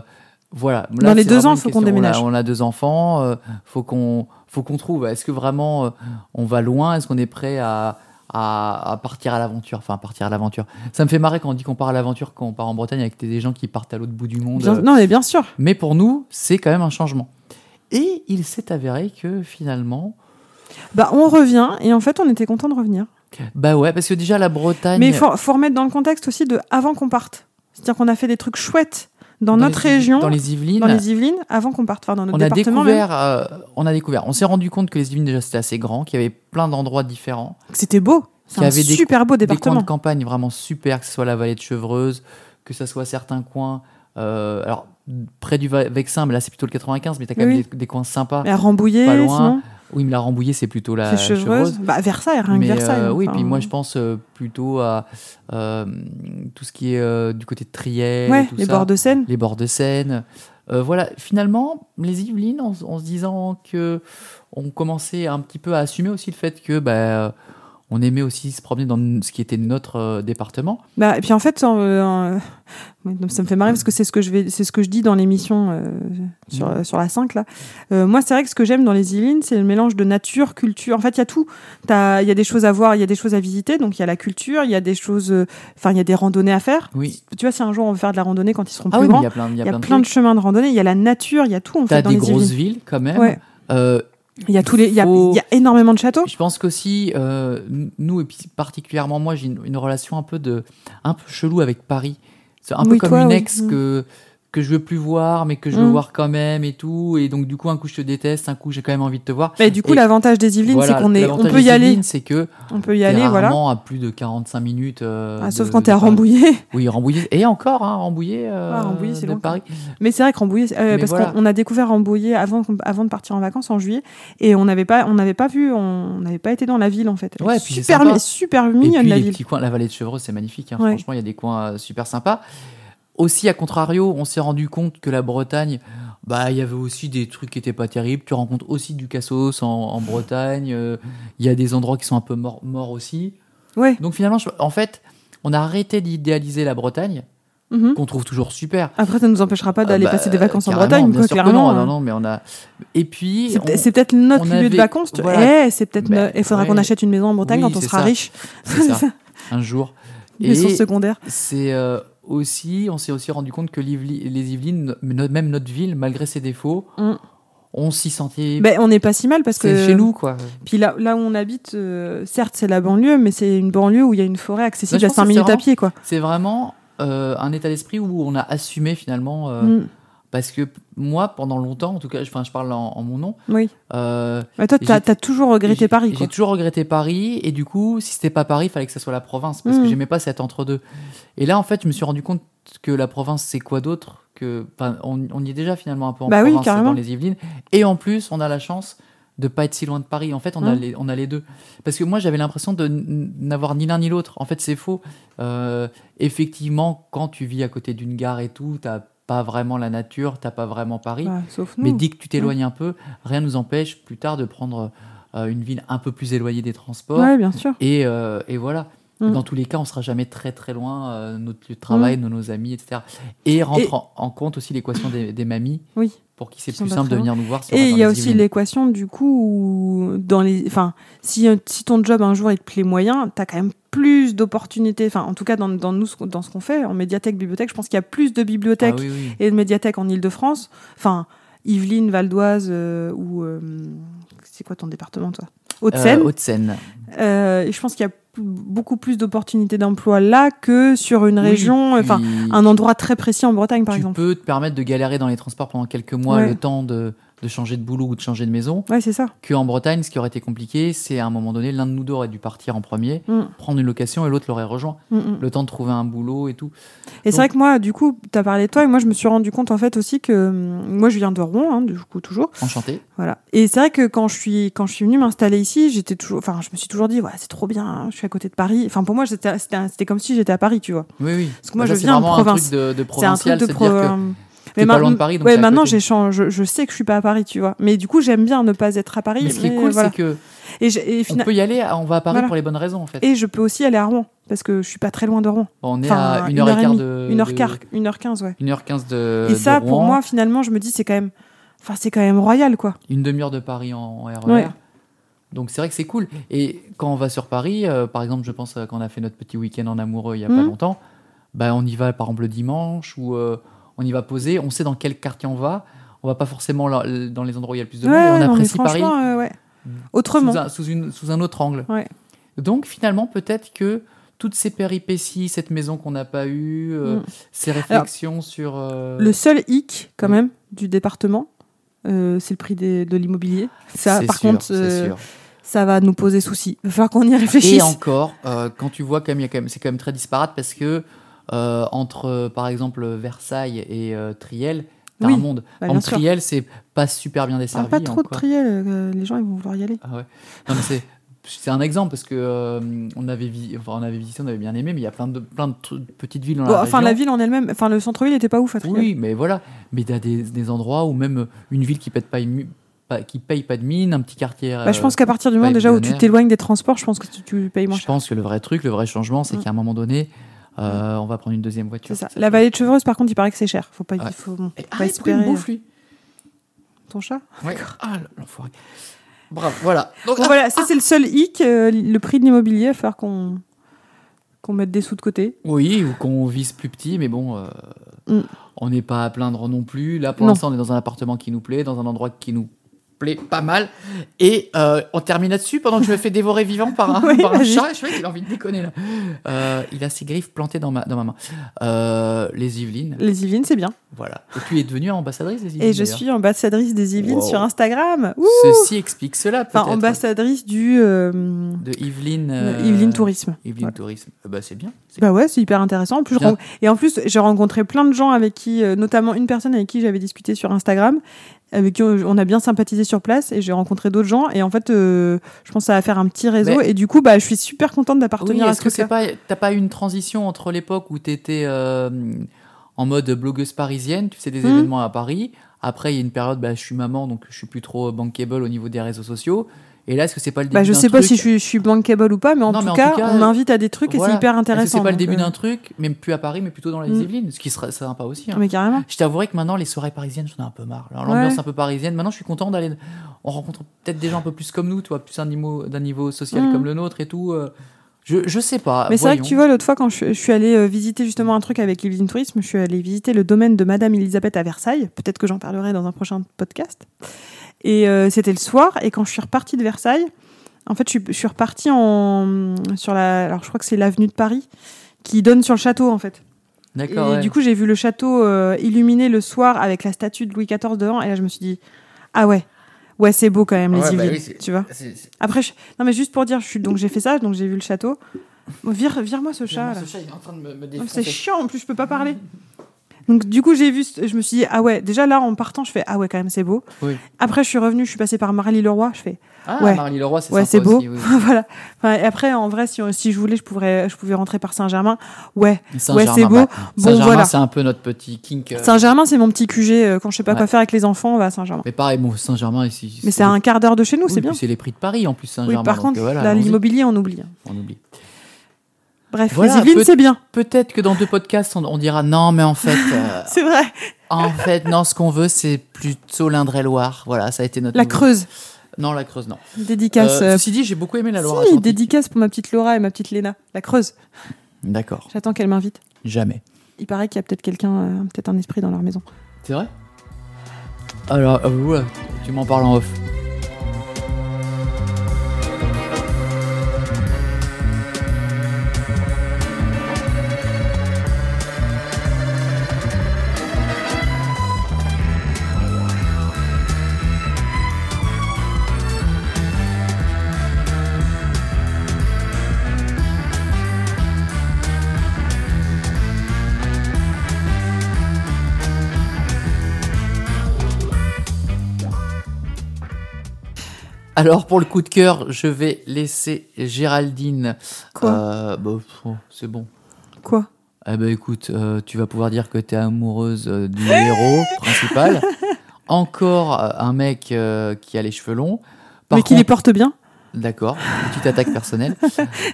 S1: voilà Là,
S2: Dans les
S1: c'est
S2: deux
S1: vraiment
S2: ans,
S1: une
S2: faut
S1: question.
S2: qu'on déménage.
S1: on a, on a deux enfants euh, faut qu'on faut qu'on trouve est-ce que vraiment euh, on va loin est-ce qu'on est prêt à à, à partir à l'aventure, enfin partir à l'aventure. Ça me fait marrer quand on dit qu'on part à l'aventure, quand on part en Bretagne avec des gens qui partent à l'autre bout du monde.
S2: Bien-
S1: euh,
S2: non, mais bien sûr.
S1: mais pour nous, c'est quand même un changement. Et il s'est avéré que finalement,
S2: Bah, on revient et en fait, on était content de revenir.
S1: bah ouais, parce que déjà la Bretagne,
S2: Mais il faut, faut remettre dans le contexte aussi de avant qu'on parte. C'est-à-dire qu'on a fait des trucs chouettes dans, notre
S1: les-
S2: région,
S1: dans les Yvelines,
S2: dans les Yvelines, avant qu'on parte, enfin dans notre
S1: on a
S2: département. même.
S1: découvert, euh, on a découvert, on s'est rendu compte que les Yvelines déjà c'était assez grand, qu'il y avait plein d'endroits différents,
S2: C'était beau. C'est
S1: Qu'il y
S2: un
S1: avait des
S2: super beau
S1: des coins
S2: département.
S1: de campagne vraiment super, que ce soit la vallée de Chevreuse, que ce soit certains coins, euh, alors près du Va- Vexin, mais là c'est plutôt le 95, mais t'as quand
S2: Oui,
S1: même
S2: oui.
S1: des, des coins sympas.
S2: Et à Rambouillet,
S1: Pas loin,
S2: sinon,
S1: Oui, mais la Rambouillet c'est plutôt la
S2: c'est chevreuse.
S1: Chevreuse.
S2: Bah, Versailles, rien que
S1: Mais
S2: Versailles.
S1: euh, oui,
S2: enfin.
S1: puis moi je pense euh, plutôt à euh, tout ce qui est euh, du côté de Triel,
S2: Ouais,
S1: tout
S2: les
S1: ça.
S2: bords de Seine.
S1: les bords de Seine. Euh, voilà, finalement, les Yvelines, en, en se disant que on commençait un petit peu à assumer aussi le fait que bah, on aimait aussi se promener dans ce qui était notre euh, département.
S2: Bah, et puis en fait, en- en- ouais, donc ça me fait marrer parce que c'est ce que je vais, c'est ce que je dis dans l'émission euh, sur,
S1: Mm.
S2: euh, sur la 5 là. Euh, moi, c'est vrai que ce que j'aime dans les Yvelines, c'est le mélange de nature, culture. En fait, il y a tout. T'as- Il y a des choses à voir, il y a des choses à visiter. Donc il y a la culture, il y a des choses, euh, enfin il y a des randonnées à faire.
S1: Oui.
S2: Tu vois, si un jour on veut faire de la randonnée quand ils seront
S1: Ah oui,
S2: plus
S1: mais
S2: grands,
S1: il y a plein, il y a plein de
S2: de
S1: trucs.
S2: chemins de randonnée. Il y a la nature, il y a tout en
S1: T'as
S2: fait dans
S1: des
S2: les
S1: grosses
S2: Yvelines.
S1: villes quand même.
S2: Ouais.
S1: Euh,
S2: Il y a tous les, il y a,
S1: Faut-
S2: il y a énormément de châteaux.
S1: Je pense qu'aussi, euh, n- nous, et puis particulièrement moi, j'ai une, une relation un peu, de, un peu chelou avec Paris. C'est un peu
S2: Oui,
S1: comme
S2: toi,
S1: une
S2: oui.
S1: ex
S2: Mm.
S1: que, que je veux plus voir, mais que je veux
S2: Mm.
S1: voir quand même et tout. Et donc, du coup, un coup, je te déteste, un coup, j'ai quand même envie de te voir.
S2: Mais Bah, du coup,
S1: Et-
S2: l'avantage des Yvelines,
S1: Voilà,
S2: c'est qu'on est, on
S1: l'avantage
S2: peut y
S1: des
S2: aller,
S1: Yvelines, C'est que
S2: on peut y
S1: t'es
S2: aller, voilà.
S1: rarement à plus de 45 minutes. euh,
S2: Ah, sauf
S1: de-
S2: quand t'es à
S1: de-
S2: Rambouillet.
S1: Oui, Rambouillet. Et encore, hein, Rambouillet, euh,
S2: Ah, Rambouillet, c'est
S1: de
S2: loin,
S1: Paris.
S2: Mais c'est vrai que Rambouillet, c'est- euh,
S1: Mais
S2: parce
S1: voilà.
S2: qu'on on a découvert Rambouillet avant, qu'on- avant de partir en vacances en juillet, et on n'avait pas, on n'avait pas vu, on n'avait pas été dans la ville en fait.
S1: Ouais,
S2: Elle est
S1: puis c'est
S2: super,
S1: sympa.
S2: mi- super
S1: Et
S2: mignonne
S1: puis
S2: la
S1: les
S2: ville.
S1: petits coins, la vallée de Chevreuse, c'est magnifique. hein.
S2: Ouais.
S1: Franchement, il y a des coins euh, super sympas. Aussi, à contrario, on s'est rendu compte que la Bretagne, bah, il y avait aussi des trucs qui étaient pas terribles. Tu rencontres aussi du cassos en, en Bretagne. euh, Il y a des endroits qui sont un peu morts morts aussi.
S2: Ouais.
S1: Donc finalement, je- en fait, on a arrêté d'idéaliser la Bretagne,
S2: Mhm.
S1: qu'on trouve toujours super.
S2: Après, ça ne nous empêchera pas
S1: Euh,
S2: d'aller
S1: bah,
S2: passer des vacances en
S1: carrément,
S2: Bretagne,
S1: bien
S2: quoi,
S1: sûr que
S2: clairement.
S1: non, non,
S2: hein.
S1: non, mais on a. Et puis,
S2: C'est
S1: on-
S2: peut- C'est peut-être notre
S1: on
S2: lieu de
S1: avait-
S2: vacances. tu-
S1: voilà.
S2: Eh, c'est peut-être.
S1: Ben,
S2: no- Il faudra
S1: ouais.
S2: qu'on achète une maison en Bretagne
S1: Oui,
S2: quand on
S1: c'est
S2: sera
S1: ça.
S2: riche,
S1: c'est ça, un jour.
S2: une maison
S1: Et-
S2: secondaire.
S1: C'est euh, aussi, on s'est aussi rendu compte que l'Iveli- les Yvelines, no- même notre ville, malgré ses défauts,
S2: Mm.
S1: on s'y sentait.
S2: Ben, on n'est pas si mal parce
S1: c'est
S2: que
S1: chez nous, quoi.
S2: Puis là, là où on habite, euh, certes, c'est la banlieue, mais c'est une banlieue où il y a une forêt accessible
S1: Moi,
S2: à
S1: Bah, je pense
S2: 5
S1: que c'est
S2: minutes à
S1: vraiment-
S2: pied, quoi.
S1: C'est vraiment euh, un état d'esprit où on a assumé finalement. euh,
S2: Mm.
S1: Parce que p- moi, pendant longtemps, en tout cas, je, 'fin, je parle en, en mon nom,
S2: Oui.
S1: euh,
S2: Mais toi, t'as
S1: j'ai-
S2: t'as toujours regretté
S1: j'ai-
S2: Paris, quoi.
S1: J'ai toujours regretté Paris, et du coup, si c'était pas Paris, fallait que ça soit la province, parce
S2: Mm.
S1: que j'aimais pas cet entre-deux. Et là, en fait, je me suis rendu compte que la province, c'est quoi d'autre que, enfin, on, on y est déjà finalement un peu en
S2: Bah oui,
S1: province
S2: carrément.
S1: dans les Yvelines, et en plus, on a la chance de pas être si loin de Paris. En fait, on, a,
S2: Mm.
S1: les, on a les deux. Parce que moi, j'avais l'impression de n- n'avoir ni l'un ni l'autre. En fait, c'est faux. Euh, effectivement, quand tu vis à côté d'une gare et tout, t'as pas vraiment la nature, t'as pas vraiment Paris.
S2: Ouais, Bah, sauf
S1: Mais
S2: nous. Mmh.
S1: dès que tu t'éloignes un peu, rien ne nous empêche plus tard de prendre euh, une ville un peu plus éloignée des transports.
S2: Ouais, bien sûr.
S1: Et, euh, et voilà.
S2: Mm.
S1: Dans tous les cas, on sera jamais très très loin, euh, notre lieu de travail, de nos amis, etc. Et rentre
S2: Mmh. Et-
S1: En, en compte aussi l'équation des, des mamies,
S2: Oui.
S1: pour qui c'est
S2: Qui sont
S1: plus
S2: pas
S1: simple
S2: très
S1: de venir nous voir. sur-
S2: Et
S1: dans
S2: il y a
S1: les
S2: aussi
S1: Yvelines.
S2: l'équation du coup où dans les, enfin, si, euh, si ton job un jour il te plaît moyen, t'as quand même plus d'opportunités. Enfin, en tout cas dans, dans nous ce qu'on- dans ce qu'on fait en médiathèque bibliothèque, je pense qu'il y a plus de
S1: Ah
S2: bibliothèques
S1: oui, oui.
S2: et de médiathèques en Île-de-France. Enfin, Yvelines, Val d'Oise euh, ou euh, c'est quoi ton département toi Haute-Seine.
S1: Euh, Haute-Seine.
S2: Euh, je pense qu'il y a p- beaucoup plus d'opportunités d'emploi là que sur une
S1: Oui,
S2: région,
S1: puis
S2: enfin un endroit très précis en Bretagne par
S1: Tu
S2: exemple.
S1: peux te permettre de galérer dans les transports pendant quelques mois,
S2: Ouais.
S1: le temps de, de changer de boulot ou de changer de maison.
S2: Ouais, c'est ça.
S1: Que en Bretagne, ce qui aurait été compliqué, c'est à un moment donné, l'un de nous deux aurait dû partir en premier,
S2: Mm,
S1: prendre une location et l'autre l'aurait rejoint.
S2: mm, mm.
S1: Le temps de trouver un boulot et tout.
S2: Et
S1: Donc-
S2: c'est vrai que moi, du coup, t'as parlé de toi et moi, je me suis rendu compte en fait aussi que hum, moi, je viens de Rouen, hein, du coup, toujours.
S1: Enchanté.
S2: Voilà. Et c'est vrai que quand je suis quand je suis venue m'installer ici, j'étais toujours, enfin, je me suis toujours dit, ouais, c'est trop bien, hein, je suis à côté de Paris. Enfin, pour moi, c'était c'était un- c'était comme si j'étais à Paris, tu vois.
S1: Oui, oui.
S2: Parce que moi,
S1: Ça,
S2: je
S1: c'est
S2: viens de
S1: vraiment un
S2: province.
S1: truc de, de
S2: C'est un
S1: provincial,
S2: truc de
S1: se
S2: pro.
S1: dire que
S2: euh,
S1: t'es pas
S2: ma-
S1: loin de Paris, donc
S2: ouais,
S1: c'est à
S2: maintenant,
S1: côté.
S2: j'ai chang- je, je sais que je suis pas à Paris, tu vois. Mais du coup, j'aime bien ne pas être à Paris.
S1: Mais ce qui est
S2: mais
S1: cool,
S2: voilà.
S1: c'est que
S2: Et, j'ai- et
S1: on
S2: fina-
S1: peut y aller, on va à Paris
S2: Voilà.
S1: pour les bonnes raisons en fait.
S2: et je peux aussi aller à Rouen, parce que je suis pas très loin de Rouen.
S1: on est
S2: Enfin,
S1: à 1h15
S2: demie,
S1: de.
S2: une heure
S1: de-
S2: quart, une heure quinze, ouais.
S1: 1h15 de.
S2: et
S1: Euh, de
S2: ça, pour
S1: Rouen,
S2: moi, finalement, je me dis, c'est quand même. Enfin, c'est quand même royal, quoi.
S1: Une demi-heure de Paris en, en RER.
S2: Ouais.
S1: Donc c'est vrai que c'est cool. Et quand on va sur Paris, euh, par exemple, je pense euh, quand on a fait notre petit week-end en amoureux il y a pas
S2: Mhm.
S1: longtemps, bah, on y va par exemple le dimanche ou euh, on y va poser, on sait dans quel quartier on va. On va pas forcément là- euh, dans les endroits où il y a le plus de monde,
S2: Ouais,
S1: et on
S2: ouais, non, mais
S1: apprécie Paris.
S2: franchement, euh, ouais. Autrement.
S1: sous un, sous une- sous un autre angle.
S2: Ouais.
S1: Donc finalement, peut-être que toutes ces péripéties, cette maison qu'on n'a pas eue, euh,
S2: Mm.
S1: ces réflexions sur... euh,
S2: Le seul hic, quand
S1: oui.
S2: même, du département, euh, c'est le prix des- de l'immobilier. Ça,
S1: c'est
S2: par
S1: sûr,
S2: contre,
S1: c'est
S2: euh,
S1: sûr.
S2: ça va nous poser souci. Il va falloir qu'on y réfléchisse.
S1: Et encore, euh, quand tu vois, quand même, il y a quand même- c'est quand même très disparate parce que euh, entre, euh, par exemple, Versailles et euh, Triel, t'as
S2: Oui,
S1: un monde.
S2: Bah,
S1: en
S2: bien sûr.
S1: Triel, c'est pas super bien
S2: Parle
S1: desservi.
S2: pas trop de
S1: encore.
S2: triel, euh, les gens ils vont vouloir y aller.
S1: Ah ouais. Non, mais c'est. C'est un exemple parce que euh, on avait vi- enfin, on avait visité, on avait bien aimé, mais il y a plein de plein de tru- petites villes dans
S2: Bon,
S1: la
S2: enfin,
S1: région.
S2: la ville en elle-même, enfin, le centre-ville était pas ouf à Triel.
S1: Oui, mais voilà. Mais t'as des, des endroits où même une ville qui pète pas une mu- pas- qui payent pas de mine, un petit quartier. euh,
S2: Bah, je pense qu'à partir du
S1: pas
S2: moment déjà où tu
S1: millionnaire.
S2: t'éloignes des transports, je pense que tu, tu payes moins
S1: je
S2: cher.
S1: pense que le vrai truc, le vrai changement, c'est
S2: Mm.
S1: qu'à un moment donné, euh, on va prendre une deuxième voiture.
S2: C'est ça. La vallée de Chevreuse, par contre, il paraît que c'est cher. Faut pas,
S1: Ouais.
S2: faut, bon,
S1: Eh,
S2: faut
S1: Ah,
S2: pas
S1: il a pris une
S2: espérer. hein.
S1: bouffe, lui.
S2: Ton chat.
S1: Ouais. Ah, l'enfoiré. Bravo, voilà. Donc,
S2: Bon, voilà, ça c'est le seul hic, euh, le prix de l'immobilier, il va falloir qu'on qu'on mette des sous de côté.
S1: Oui, ou qu'on vise plus petit, mais bon, euh,
S2: Mm.
S1: on n'est pas à plaindre non plus. Là, pour
S2: Non.
S1: l'instant, on est dans un appartement qui nous plaît, dans un endroit qui nous plaît pas mal. Et euh, on termine là-dessus pendant que je me fais dévorer vivant par un,
S2: Oui, bah,
S1: par un
S2: vas-y.
S1: chat. Je sais qu'il a envie de déconner là. Euh, il a ses griffes plantées dans ma, dans ma main. Euh, les Yvelines,
S2: Les Yvelines, c'est bien.
S1: voilà. Et tu es devenue ambassadrice des Yvelines.
S2: Et je
S1: d'ailleurs.
S2: suis ambassadrice des Yvelines
S1: Wow.
S2: sur Instagram. Ouh
S1: Ceci explique cela, peut-être.
S2: enfin, ambassadrice du euh,
S1: De Yvelines. euh,
S2: Yvelines Tourisme.
S1: Yvelines
S2: Ouais.
S1: Tourisme. Eh ben, c'est bien. C'est
S2: Bah ouais, c'est hyper intéressant. En plus, je
S1: Bien.
S2: ren- et en plus, j'ai rencontré plein de gens avec qui, euh, notamment une personne avec qui j'avais discuté sur Instagram, avec qui on on a bien sympathisé sur place, et j'ai rencontré d'autres gens. Et en fait, euh, je pense à faire un petit réseau. Et du coup, bah, je suis super contente
S1: Oui,
S2: d'appartenir à
S1: est-ce
S2: ce
S1: que c'est
S2: truc-là.
S1: pas t'as pas eu une transition entre l'époque où t'étais euh, en mode blogueuse parisienne, tu faisais des
S2: Mhm.
S1: événements à Paris. Après, il y a une période, bah, je suis maman, donc je suis plus trop bankable au niveau des réseaux sociaux. Et là, est-ce que c'est pas le début
S2: Bah, je
S1: d'un
S2: sais pas
S1: truc
S2: si je suis, je suis bankable ou pas, mais en,
S1: Non,
S2: tout,
S1: mais en
S2: cas,
S1: tout cas,
S2: on m'invite à des trucs et
S1: voilà.
S2: c'est hyper
S1: Est-ce que
S2: intéressant.
S1: c'est pas le
S2: donc,
S1: début
S2: euh,
S1: d'un truc, même plus à Paris, mais plutôt dans les
S2: Mhm.
S1: Yvelines, ce qui serait sympa aussi. hein.
S2: Mais carrément.
S1: Je t'avouerai que maintenant, les soirées parisiennes, j'en ai un peu marre. Alors,
S2: Ouais.
S1: L'ambiance un peu parisienne. Maintenant, je suis content d'aller. On rencontre peut-être des gens un peu plus comme nous, toi, plus un niveau- d'un niveau, social
S2: Mhm.
S1: comme le nôtre et tout. euh, Je, je sais pas.
S2: Mais c'est vrai que
S1: Bah, voyons.
S2: tu vois, l'autre fois, quand je, je suis allée euh, visiter justement un truc avec Yvelines Tourisme, je suis allée visiter le domaine de Madame Elisabeth à Versailles. Peut-être que j'en parlerai dans un prochain podcast. Et euh, c'était le soir, et quand je suis repartie de Versailles, en fait, je suis, je suis repartie en, sur la. Alors, je crois que c'est l'avenue de Paris qui donne sur le château, en fait. Et
S1: D'accord. ouais.
S2: du coup, j'ai vu le château euh, illuminé le soir avec la statue de Louis XIV devant, et là, je me suis dit, ah ouais, ouais, c'est beau quand même, les
S1: Ouais, bah
S2: Yvelines,
S1: oui, c'est-
S2: tu vois.
S1: C'est- c'est-
S2: Après, je- non, mais juste pour dire, je suis... donc j'ai fait ça, donc j'ai vu le château. Bon, vire, vire-moi ce chat. là.
S1: Ce chat, il est en train de me, me
S2: Non, mais C'est
S1: défoncer.
S2: chiant, en plus, je peux pas parler. Donc, du coup, j'ai vu, ce- je me suis dit, ah ouais, déjà là, en partant, je fais, ah ouais, quand même, c'est beau.
S1: Oui.
S2: Après, je suis revenue, je suis passée par Marly-le-Roi, je fais,
S1: Ah,
S2: Ouais.
S1: Marly Leroy, c'est
S2: ouais,
S1: sympa
S2: c'est beau.
S1: aussi, oui.
S2: voilà. Enfin, et après, en vrai, si, euh, si je voulais, je, pourrais, je pouvais rentrer par Saint-Germain. Ouais,
S1: Saint-Germain,
S2: c'est beau.
S1: bah,
S2: bon,
S1: Saint-Germain,
S2: voilà.
S1: c'est un peu notre petit kink. euh,
S2: Saint-Germain, c'est mon petit QG. euh, Quand je sais pas
S1: Ouais.
S2: quoi faire avec les enfants, on va à Saint-Germain.
S1: Mais pareil, bon, Saint-Germain ici.
S2: Mais c'est à un quart d'heure de chez nous,
S1: Oui,
S2: c'est bien.
S1: puis C'est les prix de Paris en plus,
S2: Oui,
S1: Saint-Germain.
S2: par
S1: donc,
S2: contre,
S1: euh, voilà,
S2: là,
S1: allons-y,
S2: l'immobilier, on oublie. hein.
S1: on oublie.
S2: Bref,
S1: Voilà,
S2: les Yvelines,
S1: peut-
S2: c'est bien.
S1: Peut-être que dans deux podcasts, on, on dira non, mais en fait, euh,
S2: C'est vrai.
S1: en fait, non, ce qu'on veut, c'est plutôt l'Indre-et-Loire. Voilà, ça a été notre.
S2: La
S1: nouveau-
S2: Creuse,
S1: Non, la Creuse, non.
S2: dédicace.
S1: Euh,
S2: euh,
S1: ceci dit, j'ai beaucoup aimé la Loire.
S2: si, dédicace pour ma petite Laura et ma petite Léna. La Creuse,
S1: D'accord,
S2: j'attends qu'elle m'invite.
S1: jamais.
S2: Il paraît qu'il y a peut-être quelqu'un, euh, peut-être un esprit dans leur maison.
S1: C'est vrai Alors, euh, ouais, tu m'en parles en off. Alors pour le coup de cœur, je vais laisser Géraldine.
S2: Quoi
S1: Euh, bah, pff, oh, C'est bon.
S2: Quoi
S1: Eh ben écoute, euh, tu vas pouvoir dire que t'es amoureuse euh, du héros principal. Encore euh, un mec euh, qui a les cheveux longs. Par
S2: Mais qui les
S1: contre-
S2: porte bien
S1: D'accord, petite attaque personnelle.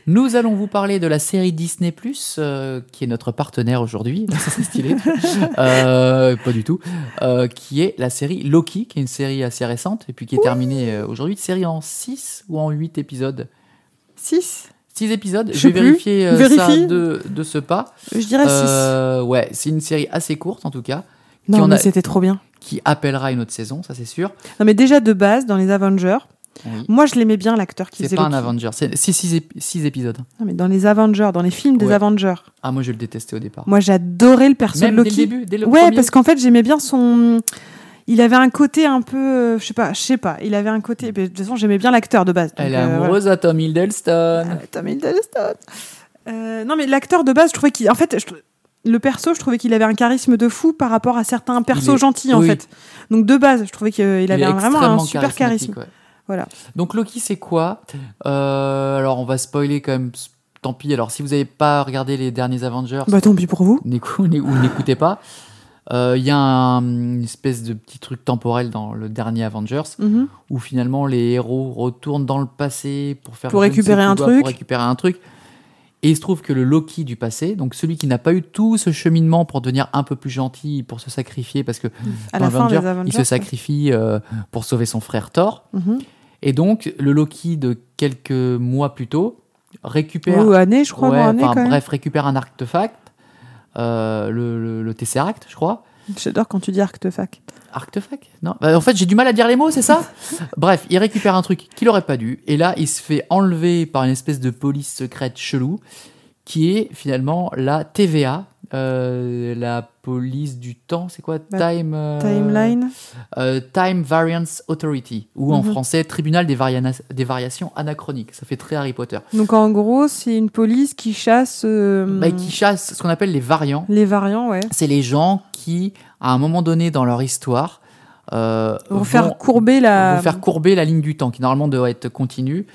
S1: Nous allons vous parler de la série Disney euh, qui est notre partenaire aujourd'hui. Ça, C'est stylé. Euh, pas du tout. Euh, qui est la série Loki, qui est une série assez récente et puis qui est terminée euh, aujourd'hui. Série en 6 ou en 8 épisodes
S2: 6
S1: 6 épisodes,
S2: Je
S1: je vais
S2: sais plus.
S1: vérifier euh, ça
S2: Vérifie. Ah,
S1: de, de ce pas.
S2: Je dirais 6.
S1: Euh, ouais, c'est une série assez courte en tout cas, qui
S2: non,
S1: en
S2: mais
S1: a-
S2: c'était trop bien.
S1: qui appellera une autre saison, ça c'est sûr.
S2: Non, mais déjà de base, dans les Avengers,
S1: Oui.
S2: moi je l'aimais bien l'acteur qui
S1: C'est
S2: faisait
S1: pas un
S2: Loki.
S1: Avenger, c'est 6 épisodes.
S2: Non, mais dans les Avengers, dans les films des
S1: Ouais.
S2: Avengers,
S1: Ah, moi je le détestais au départ.
S2: moi j'adorais le perso
S1: Même
S2: de Loki.
S1: dès le début, dès le
S2: ouais,
S1: premier.
S2: parce qu'en fait j'aimais bien son. Il avait un côté un peu, euh, je sais pas, je sais pas. Il avait un côté. mais De toute façon, j'aimais bien l'acteur de base. donc,
S1: Elle est
S2: euh, voilà.
S1: amoureuse à Tom Hiddleston.
S2: Ah, Tom Hiddleston. Euh, non, mais l'acteur de base, je trouvais qu'il. En fait, je trou- le perso, je trouvais qu'il avait un charisme de fou par rapport à certains persos
S1: est-
S2: gentils, en
S1: oui.
S2: fait. Donc, de base, je trouvais qu'il
S1: Il
S2: avait
S1: est
S2: un- vraiment un
S1: extrêmement
S2: super charisme.
S1: charismatique, ouais.
S2: Voilà.
S1: Donc Loki, c'est quoi Euh, Alors on va spoiler quand même. Tant pis. Alors si vous n'avez pas regardé les derniers Avengers,
S2: Bah, tant pis pour vous.
S1: n'écou- n'é- ou n'écoutez pas. Euh, Il y a un- une espèce de petit truc temporel dans le dernier Avengers
S2: Mhm.
S1: où finalement les héros retournent dans le passé pour faire
S2: Pour
S1: je ne sais
S2: récupérer un
S1: quoi,
S2: truc.
S1: Pour récupérer un truc. Et il se trouve que le Loki du passé, donc celui qui n'a pas eu tout ce cheminement pour devenir un peu plus gentil, pour se sacrifier, parce que
S2: À
S1: dans
S2: la fin des
S1: Avengers,
S2: Avengers.
S1: il se sacrifie euh, pour sauver son frère Thor.
S2: Mhm.
S1: Et donc le Loki de quelques mois plus tôt récupère
S2: Ou année, je crois,
S1: Ouais,
S2: ou année,
S1: enfin,
S2: quand même.
S1: bref, récupère un artefact, euh, le, le- le Tesseract, je crois.
S2: J'adore quand tu dis artefact.
S1: Artefact Non Bah, En fait, j'ai du mal à dire les mots, c'est ça Bref, il récupère un truc qu'il aurait pas dû, et là, il se fait enlever par une espèce de police secrète chelou, qui est finalement la TVA, euh, la police du temps, c'est quoi
S2: Bah,
S1: Time. euh,
S2: Timeline.
S1: euh, Time Variance Authority, ou en
S2: Mhm.
S1: français, Tribunal des, variana- des variations anachroniques. Ça fait très Harry Potter.
S2: Donc en gros, c'est une police qui chasse euh,
S1: Bah, qui chasse ce qu'on appelle les variants.
S2: les variants, ouais.
S1: c'est les gens qui, à un moment donné dans leur histoire, euh,
S2: Pour faire courber la.
S1: vont faire courber la ligne du temps, qui normalement doit être continue.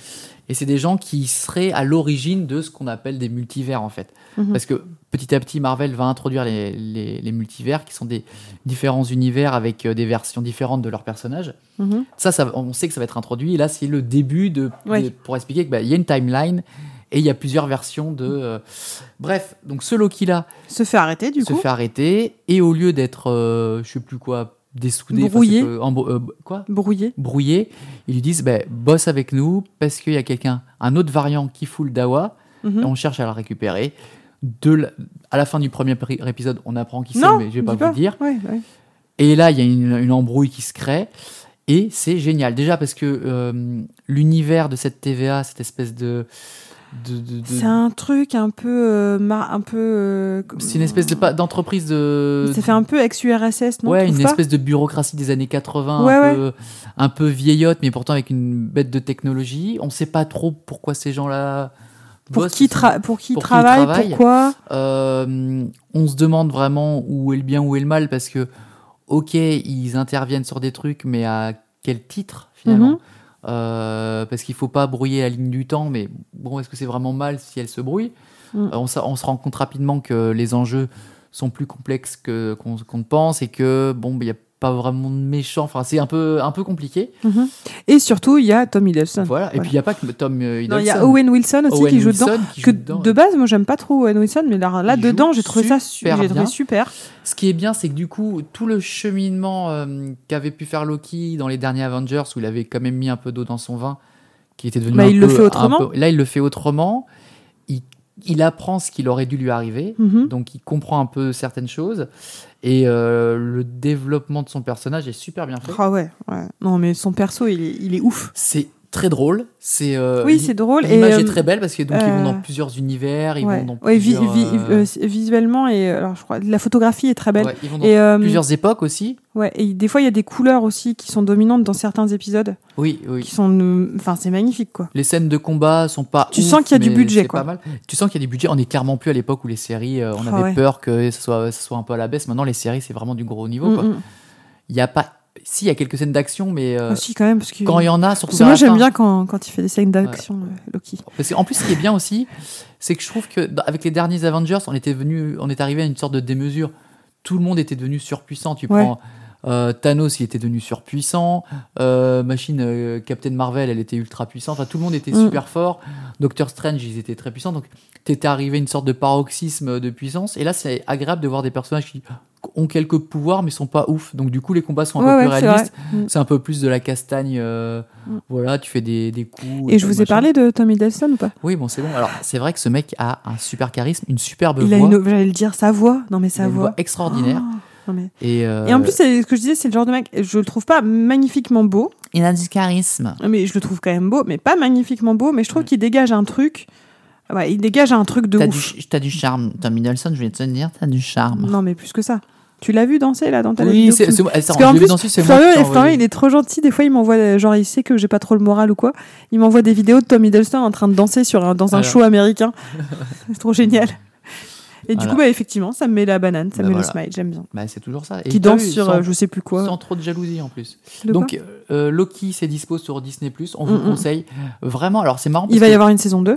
S1: Et c'est des gens qui seraient à l'origine de ce qu'on appelle des multivers, en fait.
S2: Mhm.
S1: Parce que petit à petit, Marvel va introduire les, les- les multivers, qui sont des différents univers avec euh, des versions différentes de leurs personnages.
S2: Mhm.
S1: Ça, ça, on sait que ça va être introduit. Et là, c'est le début de,
S2: Ouais.
S1: de- pour expliquer qu'il y a une timeline et il y a plusieurs versions de...
S2: Mm.
S1: euh, Bref, donc ce Loki-là,
S2: Se fait arrêter, du
S1: se
S2: coup.
S1: fait arrêter et au lieu d'être euh, je sais plus quoi dessoudé enfin,
S2: Brouillé.
S1: c'est que- embro- euh, quoi
S2: Brouillé.
S1: brouillé ils lui disent ben bosse avec nous parce qu'il y a quelqu'un un autre variant qui fout le dawa
S2: Mhm.
S1: et on cherche à la récupérer de la- à la fin du premier pri- épisode on apprend qui c'est
S2: Non,
S1: mais je vais
S2: dis
S1: pas vous le dire
S2: Ouais, ouais.
S1: et là il y a une, une embrouille qui se crée et c'est génial déjà parce que euh, l'univers de cette TVA cette espèce de, de- de- de-
S2: C'est un truc un peu. euh, mar- un peu euh,
S1: c'est une espèce de pas- d'entreprise de
S2: Ça fait un peu ex-URSS, non
S1: ouais,
S2: tu
S1: une
S2: trouves pas
S1: espèce de bureaucratie des années 80,
S2: Ouais,
S1: un,
S2: ouais.
S1: Peu, un peu vieillotte, mais pourtant avec une bête de technologie. On ne sait pas trop pourquoi ces gens-là
S2: Pour
S1: bossent.
S2: qui, tra- pour qui
S1: pour qui
S2: travaille,
S1: travaille.
S2: pourquoi
S1: Euh, on se demande vraiment où est le bien, où est le mal, parce que, ok, ils interviennent sur des trucs, mais à quel titre, finalement
S2: Mhm.
S1: Euh, Parce qu'il ne faut pas brouiller la ligne du temps, mais bon, est-ce que c'est vraiment mal si elle se brouille
S2: Mhm.
S1: Euh, on, se- on se rend compte rapidement que les enjeux sont plus complexes que- qu'on qu'on ne pense, et que, bon, bah, il n'y a pas vraiment de méchant, enfin, c'est un peu, un peu compliqué.
S2: Mhm. Et surtout, il y a Tom Hiddleston.
S1: Voilà. Et
S2: Voilà.
S1: puis, il n'y a pas que Tom euh,
S2: Non, il y a
S1: Hiddleston.
S2: Owen Wilson aussi
S1: Owen
S2: qui joue dedans.
S1: Wilson qui
S2: Que
S1: joue dedans.
S2: de base, moi, j'aime pas trop Owen Wilson, mais là, là
S1: Il
S2: dedans,
S1: joue
S2: j'ai trouvé ça su-
S1: super
S2: j'ai trouvé
S1: bien.
S2: super.
S1: Ce qui est bien, c'est que du coup, tout le cheminement euh, qu'avait pu faire Loki dans les derniers Avengers, où il avait quand même mis un peu d'eau dans son vin, qui était devenu
S2: Bah,
S1: un
S2: il le
S1: peu-
S2: fait
S1: un
S2: autrement.
S1: peu- là, il le fait autrement. Il, il apprend ce qu'il aurait dû lui arriver.
S2: Mhm.
S1: Donc, il comprend un peu certaines choses. Et euh, le développement de son personnage est super bien fait.
S2: Ah ouais, ouais. Non, mais son perso, il est, il est ouf.
S1: C'est très drôle. C'est euh,
S2: oui,
S1: l'i-
S2: c'est drôle. Et
S1: L'image est
S2: euh,
S1: très belle parce que donc ils vont
S2: euh,
S1: dans plusieurs univers, ils
S2: ouais.
S1: vont dans
S2: Ouais, vi-
S1: plusieurs,
S2: vi-
S1: euh,
S2: euh, visuellement et euh, alors je crois la photographie est très belle.
S1: ouais, ils vont dans
S2: et euh,
S1: plusieurs époques aussi.
S2: ouais, et des fois il y a des couleurs aussi qui sont dominantes dans certains épisodes,
S1: Oui, oui.
S2: qui sont, euh, enfin c'est magnifique quoi.
S1: Les scènes de combat sont pas.
S2: Tu
S1: ouf,
S2: sens qu'il y a du
S1: mais
S2: budget,
S1: c'est
S2: quoi.
S1: pas mal. Tu sens qu'il y a du budget. On n'est clairement plus à l'époque où les séries, euh, on
S2: Ah
S1: avait
S2: ouais.
S1: peur que ce soit, ce soit un peu à la baisse. Maintenant, les séries, c'est vraiment du gros niveau. quoi.
S2: Mm, mm.
S1: Il y a pas. Si, il y a quelques scènes d'action, mais euh,
S2: aussi quand même parce que
S1: quand il y en a, surtout
S2: parce que
S1: vers
S2: moi
S1: la
S2: j'aime
S1: fin-
S2: bien quand, quand il fait des scènes d'action euh, Loki.
S1: Parce qu'en plus, ce qui est bien aussi, c'est que je trouve que dans- avec les derniers Avengers, on était venu, on est arrivé à une sorte de démesure. Tout le monde était devenu surpuissant. Tu
S2: Ouais.
S1: prends euh, Thanos, il était devenu surpuissant. Euh, Machine, euh, Captain Marvel, elle était ultra puissante. Enfin, tout le monde était
S2: Mm.
S1: super fort. Doctor Strange, ils étaient très puissants. Donc, t'étais arrivé à une sorte de paroxysme de puissance. Et là, c'est agréable de voir des personnages qui ont quelques pouvoirs, mais sont pas ouf. Donc, du coup, les combats sont un
S2: Ouais,
S1: peu
S2: ouais,
S1: plus
S2: c'est
S1: réalistes.
S2: vrai. Mm.
S1: C'est un peu plus de la castagne. euh,
S2: Mm.
S1: Voilà, tu fais des, des coups. euh,
S2: Et je vous ai
S1: machin.
S2: parlé de Tom Hiddleston ou pas
S1: Oui, bon, c'est bon. Alors, c'est vrai que ce mec a un super charisme, une superbe
S2: Il
S1: voix,
S2: a une, j'allais le dire, sa voix. Non mais
S1: il a
S2: sa
S1: une voix
S2: voix.
S1: extraordinaire.
S2: Oh, non, mais-
S1: Et, euh,
S2: Et en plus, c'est ce que je disais, c'est le genre de mec, je le trouve pas magnifiquement beau,
S1: il a du charisme.
S2: mais je le trouve quand même beau, mais pas magnifiquement beau, mais je trouve
S1: Mm.
S2: qu'il dégage un truc. Ouais, il dégage un truc de
S1: T'as
S2: ouf.
S1: du, t'as du charme, Tom Hiddleston. Je vais te le dire, t'as du charme.
S2: Non, mais plus que ça. Tu l'as vu danser là dans ta
S1: Oui,
S2: vidéo
S1: c'est
S2: que tu-
S1: c'est moi. Attends,
S2: Parce qu'en
S1: je l'ai
S2: plus,
S1: vu danser, c'est moi
S2: Florian,
S1: qui t'ai
S2: et Florian,
S1: envoyé.
S2: il est trop gentil. Des fois, il m'envoie, euh, genre, il sait que j'ai pas trop le moral ou quoi. Il m'envoie des vidéos de Tom Hiddleston en train de danser sur un, dans un
S1: Voilà.
S2: show américain. c'est trop génial. Et du
S1: Voilà.
S2: coup, bah, effectivement, ça me met la banane, ça
S1: Bah
S2: me met
S1: voilà.
S2: le smile, j'aime bien.
S1: Bah, c'est toujours ça. Et
S2: Qui
S1: t'as
S2: danse
S1: vu,
S2: sur
S1: sans-
S2: euh, je sais plus quoi.
S1: sans trop de jalousie en plus.
S2: De quoi
S1: Donc euh, Loki, c'est dispo sur Disney On vous
S2: Mm, mm.
S1: conseille vraiment. Alors c'est marrant. euh,
S2: il va y avoir une saison 2.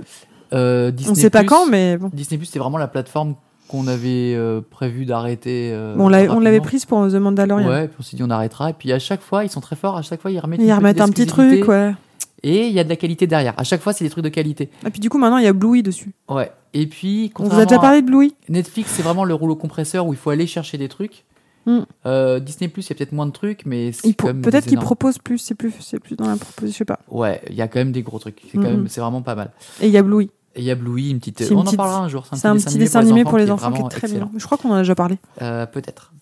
S1: avoir.
S2: On sait pas quand, mais bon.
S1: euh, Disney Plus, c'est vraiment la plateforme qu'on avait euh, prévu d'arrêter. euh,
S2: Bon, on l'a- on
S1: rapidement.
S2: l'avait prise pour The Mandalorian.
S1: Ouais, puis on s'est dit on arrêtera. Et puis à chaque fois, ils sont très forts. À chaque fois, ils remettent,
S2: Ils
S1: une
S2: remettent
S1: petite
S2: un petit
S1: exclusivité.
S2: truc, ouais.
S1: Et il y a de la qualité derrière. À chaque fois, c'est des trucs de qualité.
S2: Et Ah, puis du coup, maintenant, il y a Bluey dessus.
S1: Ouais. Et puis,
S2: On vous a
S1: contrairement
S2: déjà
S1: à
S2: parlé de Bluey
S1: Netflix, c'est vraiment le rouleau compresseur où il faut aller chercher des trucs.
S2: Mm.
S1: Euh, Disney Plus, il y a peut-être moins de trucs, mais c'est
S2: Il
S1: quand
S2: pro-
S1: même
S2: Peut-être
S1: des
S2: qu'ils
S1: énormes-
S2: proposent plus, c'est plus, c'est plus dans la proposition, je sais pas.
S1: Ouais, il y a quand même des gros trucs. C'est quand
S2: Mhm.
S1: même, c'est vraiment pas mal.
S2: Et il y a Bluey.
S1: Et il y a Bluey, une petite.
S2: C'est une
S1: On en
S2: petite-
S1: parlera un jour.
S2: C'est un petit dessin animé pour les enfants qui est très
S1: vraiment
S2: bien. Je crois qu'on en a déjà parlé.
S1: excellent. Euh, peut-être.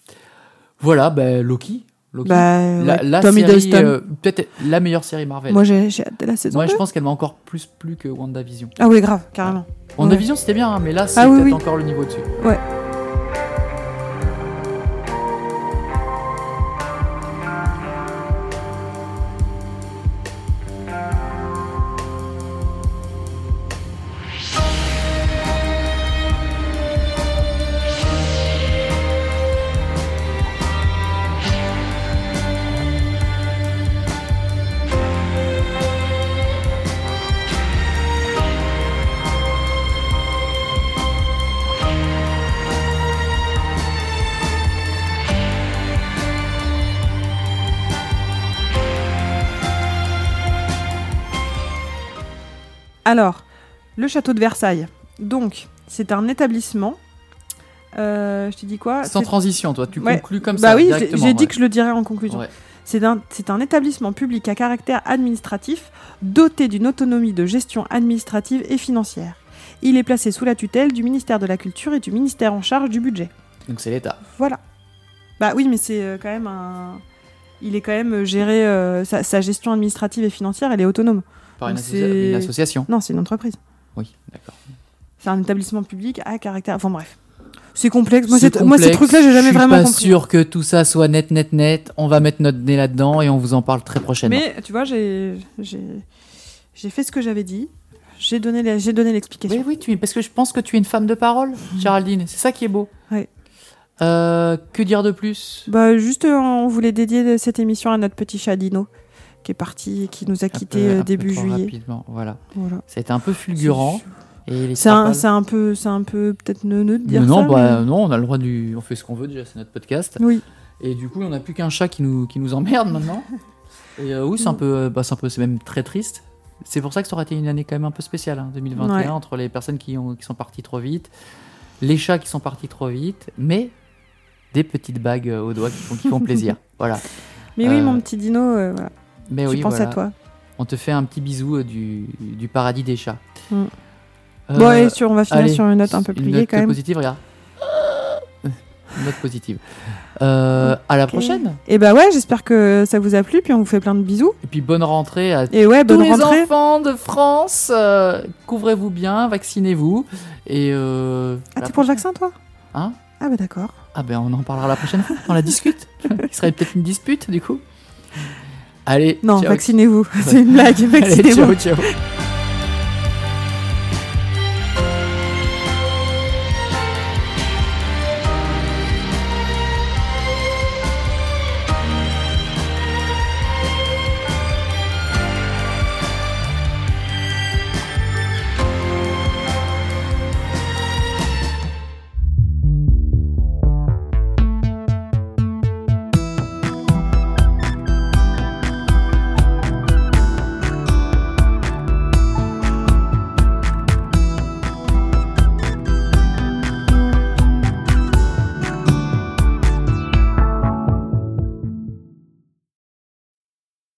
S1: Voilà, ben Loki. Loki.
S2: Bah,
S1: la,
S2: ouais,
S1: la
S2: Tom
S1: série,
S2: Hiddleston.
S1: euh, peut-être la meilleure série Marvel.
S2: Moi, j'ai j'ai hâte de la saison
S1: Moi,
S2: 2.
S1: je pense qu'elle m'a encore plus plu que WandaVision.
S2: Ah oui, grave, carrément.
S1: WandaVision, c'était bien, hein, mais là, c'est
S2: Ah oui,
S1: peut-être
S2: oui.
S1: encore le niveau dessus.
S2: Ouais. Alors, le château de Versailles. Donc, c'est un établissement. Euh, je t'ai dit quoi
S1: Sans
S2: C'est-
S1: transition, toi, tu
S2: Ouais.
S1: conclus comme ça.
S2: Bah oui, j'ai
S1: directement,
S2: j'ai dit
S1: ouais.
S2: que je le dirais en conclusion.
S1: Ouais.
S2: C'est un, c'est un établissement public à caractère administratif doté d'une autonomie de gestion administrative et financière. Il est placé sous la tutelle du ministère de la Culture et du ministère en charge du budget.
S1: Donc, c'est l'État.
S2: Voilà. Bah oui, mais c'est euh, quand même un... Il est quand même géré... euh, sa, sa gestion administrative et financière, elle est autonome.
S1: Par une,
S2: Donc,
S1: associa-
S2: c'est-
S1: une association.
S2: Non, c'est une entreprise.
S1: Oui, d'accord.
S2: C'est un établissement public à caractère... Enfin bref. C'est complexe. Moi,
S1: C'est
S2: c'est- moi, ces
S1: complexe,
S2: trucs-là, j'ai jamais vraiment
S1: Je suis pas
S2: compris.
S1: sûr que tout ça soit net, net, net. On va mettre notre nez là-dedans et on vous en parle très prochainement.
S2: Mais tu vois, j'ai j'ai- j'ai fait ce que j'avais dit. J'ai donné la- j'ai donné
S1: Oui,
S2: l'explication.
S1: oui, tu es- parce que je pense que tu es une femme de parole, Géraldine. C'est ça qui est beau.
S2: Mhm. Ouais.
S1: Euh, que dire de plus
S2: Bah juste, euh, on voulait dédier cette émission à notre petit chat Dino, qui est parti, qui nous a quitté
S1: Un peu- un peu
S2: euh, début
S1: trop
S2: juillet.
S1: Rapidement, voilà.
S2: Voilà.
S1: Ça a été un peu fulgurant. Et il
S2: C'est
S1: sera pas
S2: un,
S1: là.
S2: c'est un peu, c'est un peu peut-être neuneux de dire
S1: non,
S2: ça.
S1: bah, euh, non, on a le droit du. On fait ce qu'on veut déjà, c'est notre podcast.
S2: mais- Oui.
S1: Et du coup, on n'a plus qu'un chat qui nous, qui nous emmerde maintenant. Et euh, oui, c'est un peu. Bah, c'est un peu. C'est même très triste. C'est pour ça que ça aura été une année quand même un peu spéciale, hein, 2021,
S2: Ouais.
S1: entre les personnes qui, ont, qui sont parties trop vite, les chats qui sont partis trop vite, mais des petites bagues euh, aux doigts qui font, qui font plaisir. Voilà.
S2: Mais oui,
S1: Euh,
S2: mon petit Dino, euh, voilà.
S1: Mais
S2: je
S1: oui,
S2: pense
S1: voilà.
S2: à toi.
S1: On te fait un petit bisou euh, du, du paradis des chats.
S2: Mm.
S1: Euh,
S2: bon, et sur, on va finir
S1: allez,
S2: sur une note un peu plus
S1: Une
S2: gaie
S1: note
S2: quand même.
S1: positive, regarde. Euh, Une note positive. Euh, À la prochaine.
S2: Et bah ouais, j'espère que ça vous a plu, puis on vous fait plein de bisous.
S1: Et puis bonne rentrée à
S2: Et ouais, bonne
S1: tous les
S2: rentrée.
S1: enfants de France. Euh, Couvrez-vous bien, vaccinez-vous. Et euh,
S2: Ah,
S1: la
S2: t'es pour le
S1: prochaine-
S2: vaccin, toi
S1: Hein
S2: Ah bah d'accord.
S1: Ah ben on en parlera la prochaine fois. On la discute. Il serait peut-être une dispute du coup. Allez.
S2: Non,
S1: ciao.
S2: vaccinez-vous. C'est une blague.
S1: Allez,
S2: Vaccinez-vous.
S1: ciao, ciao.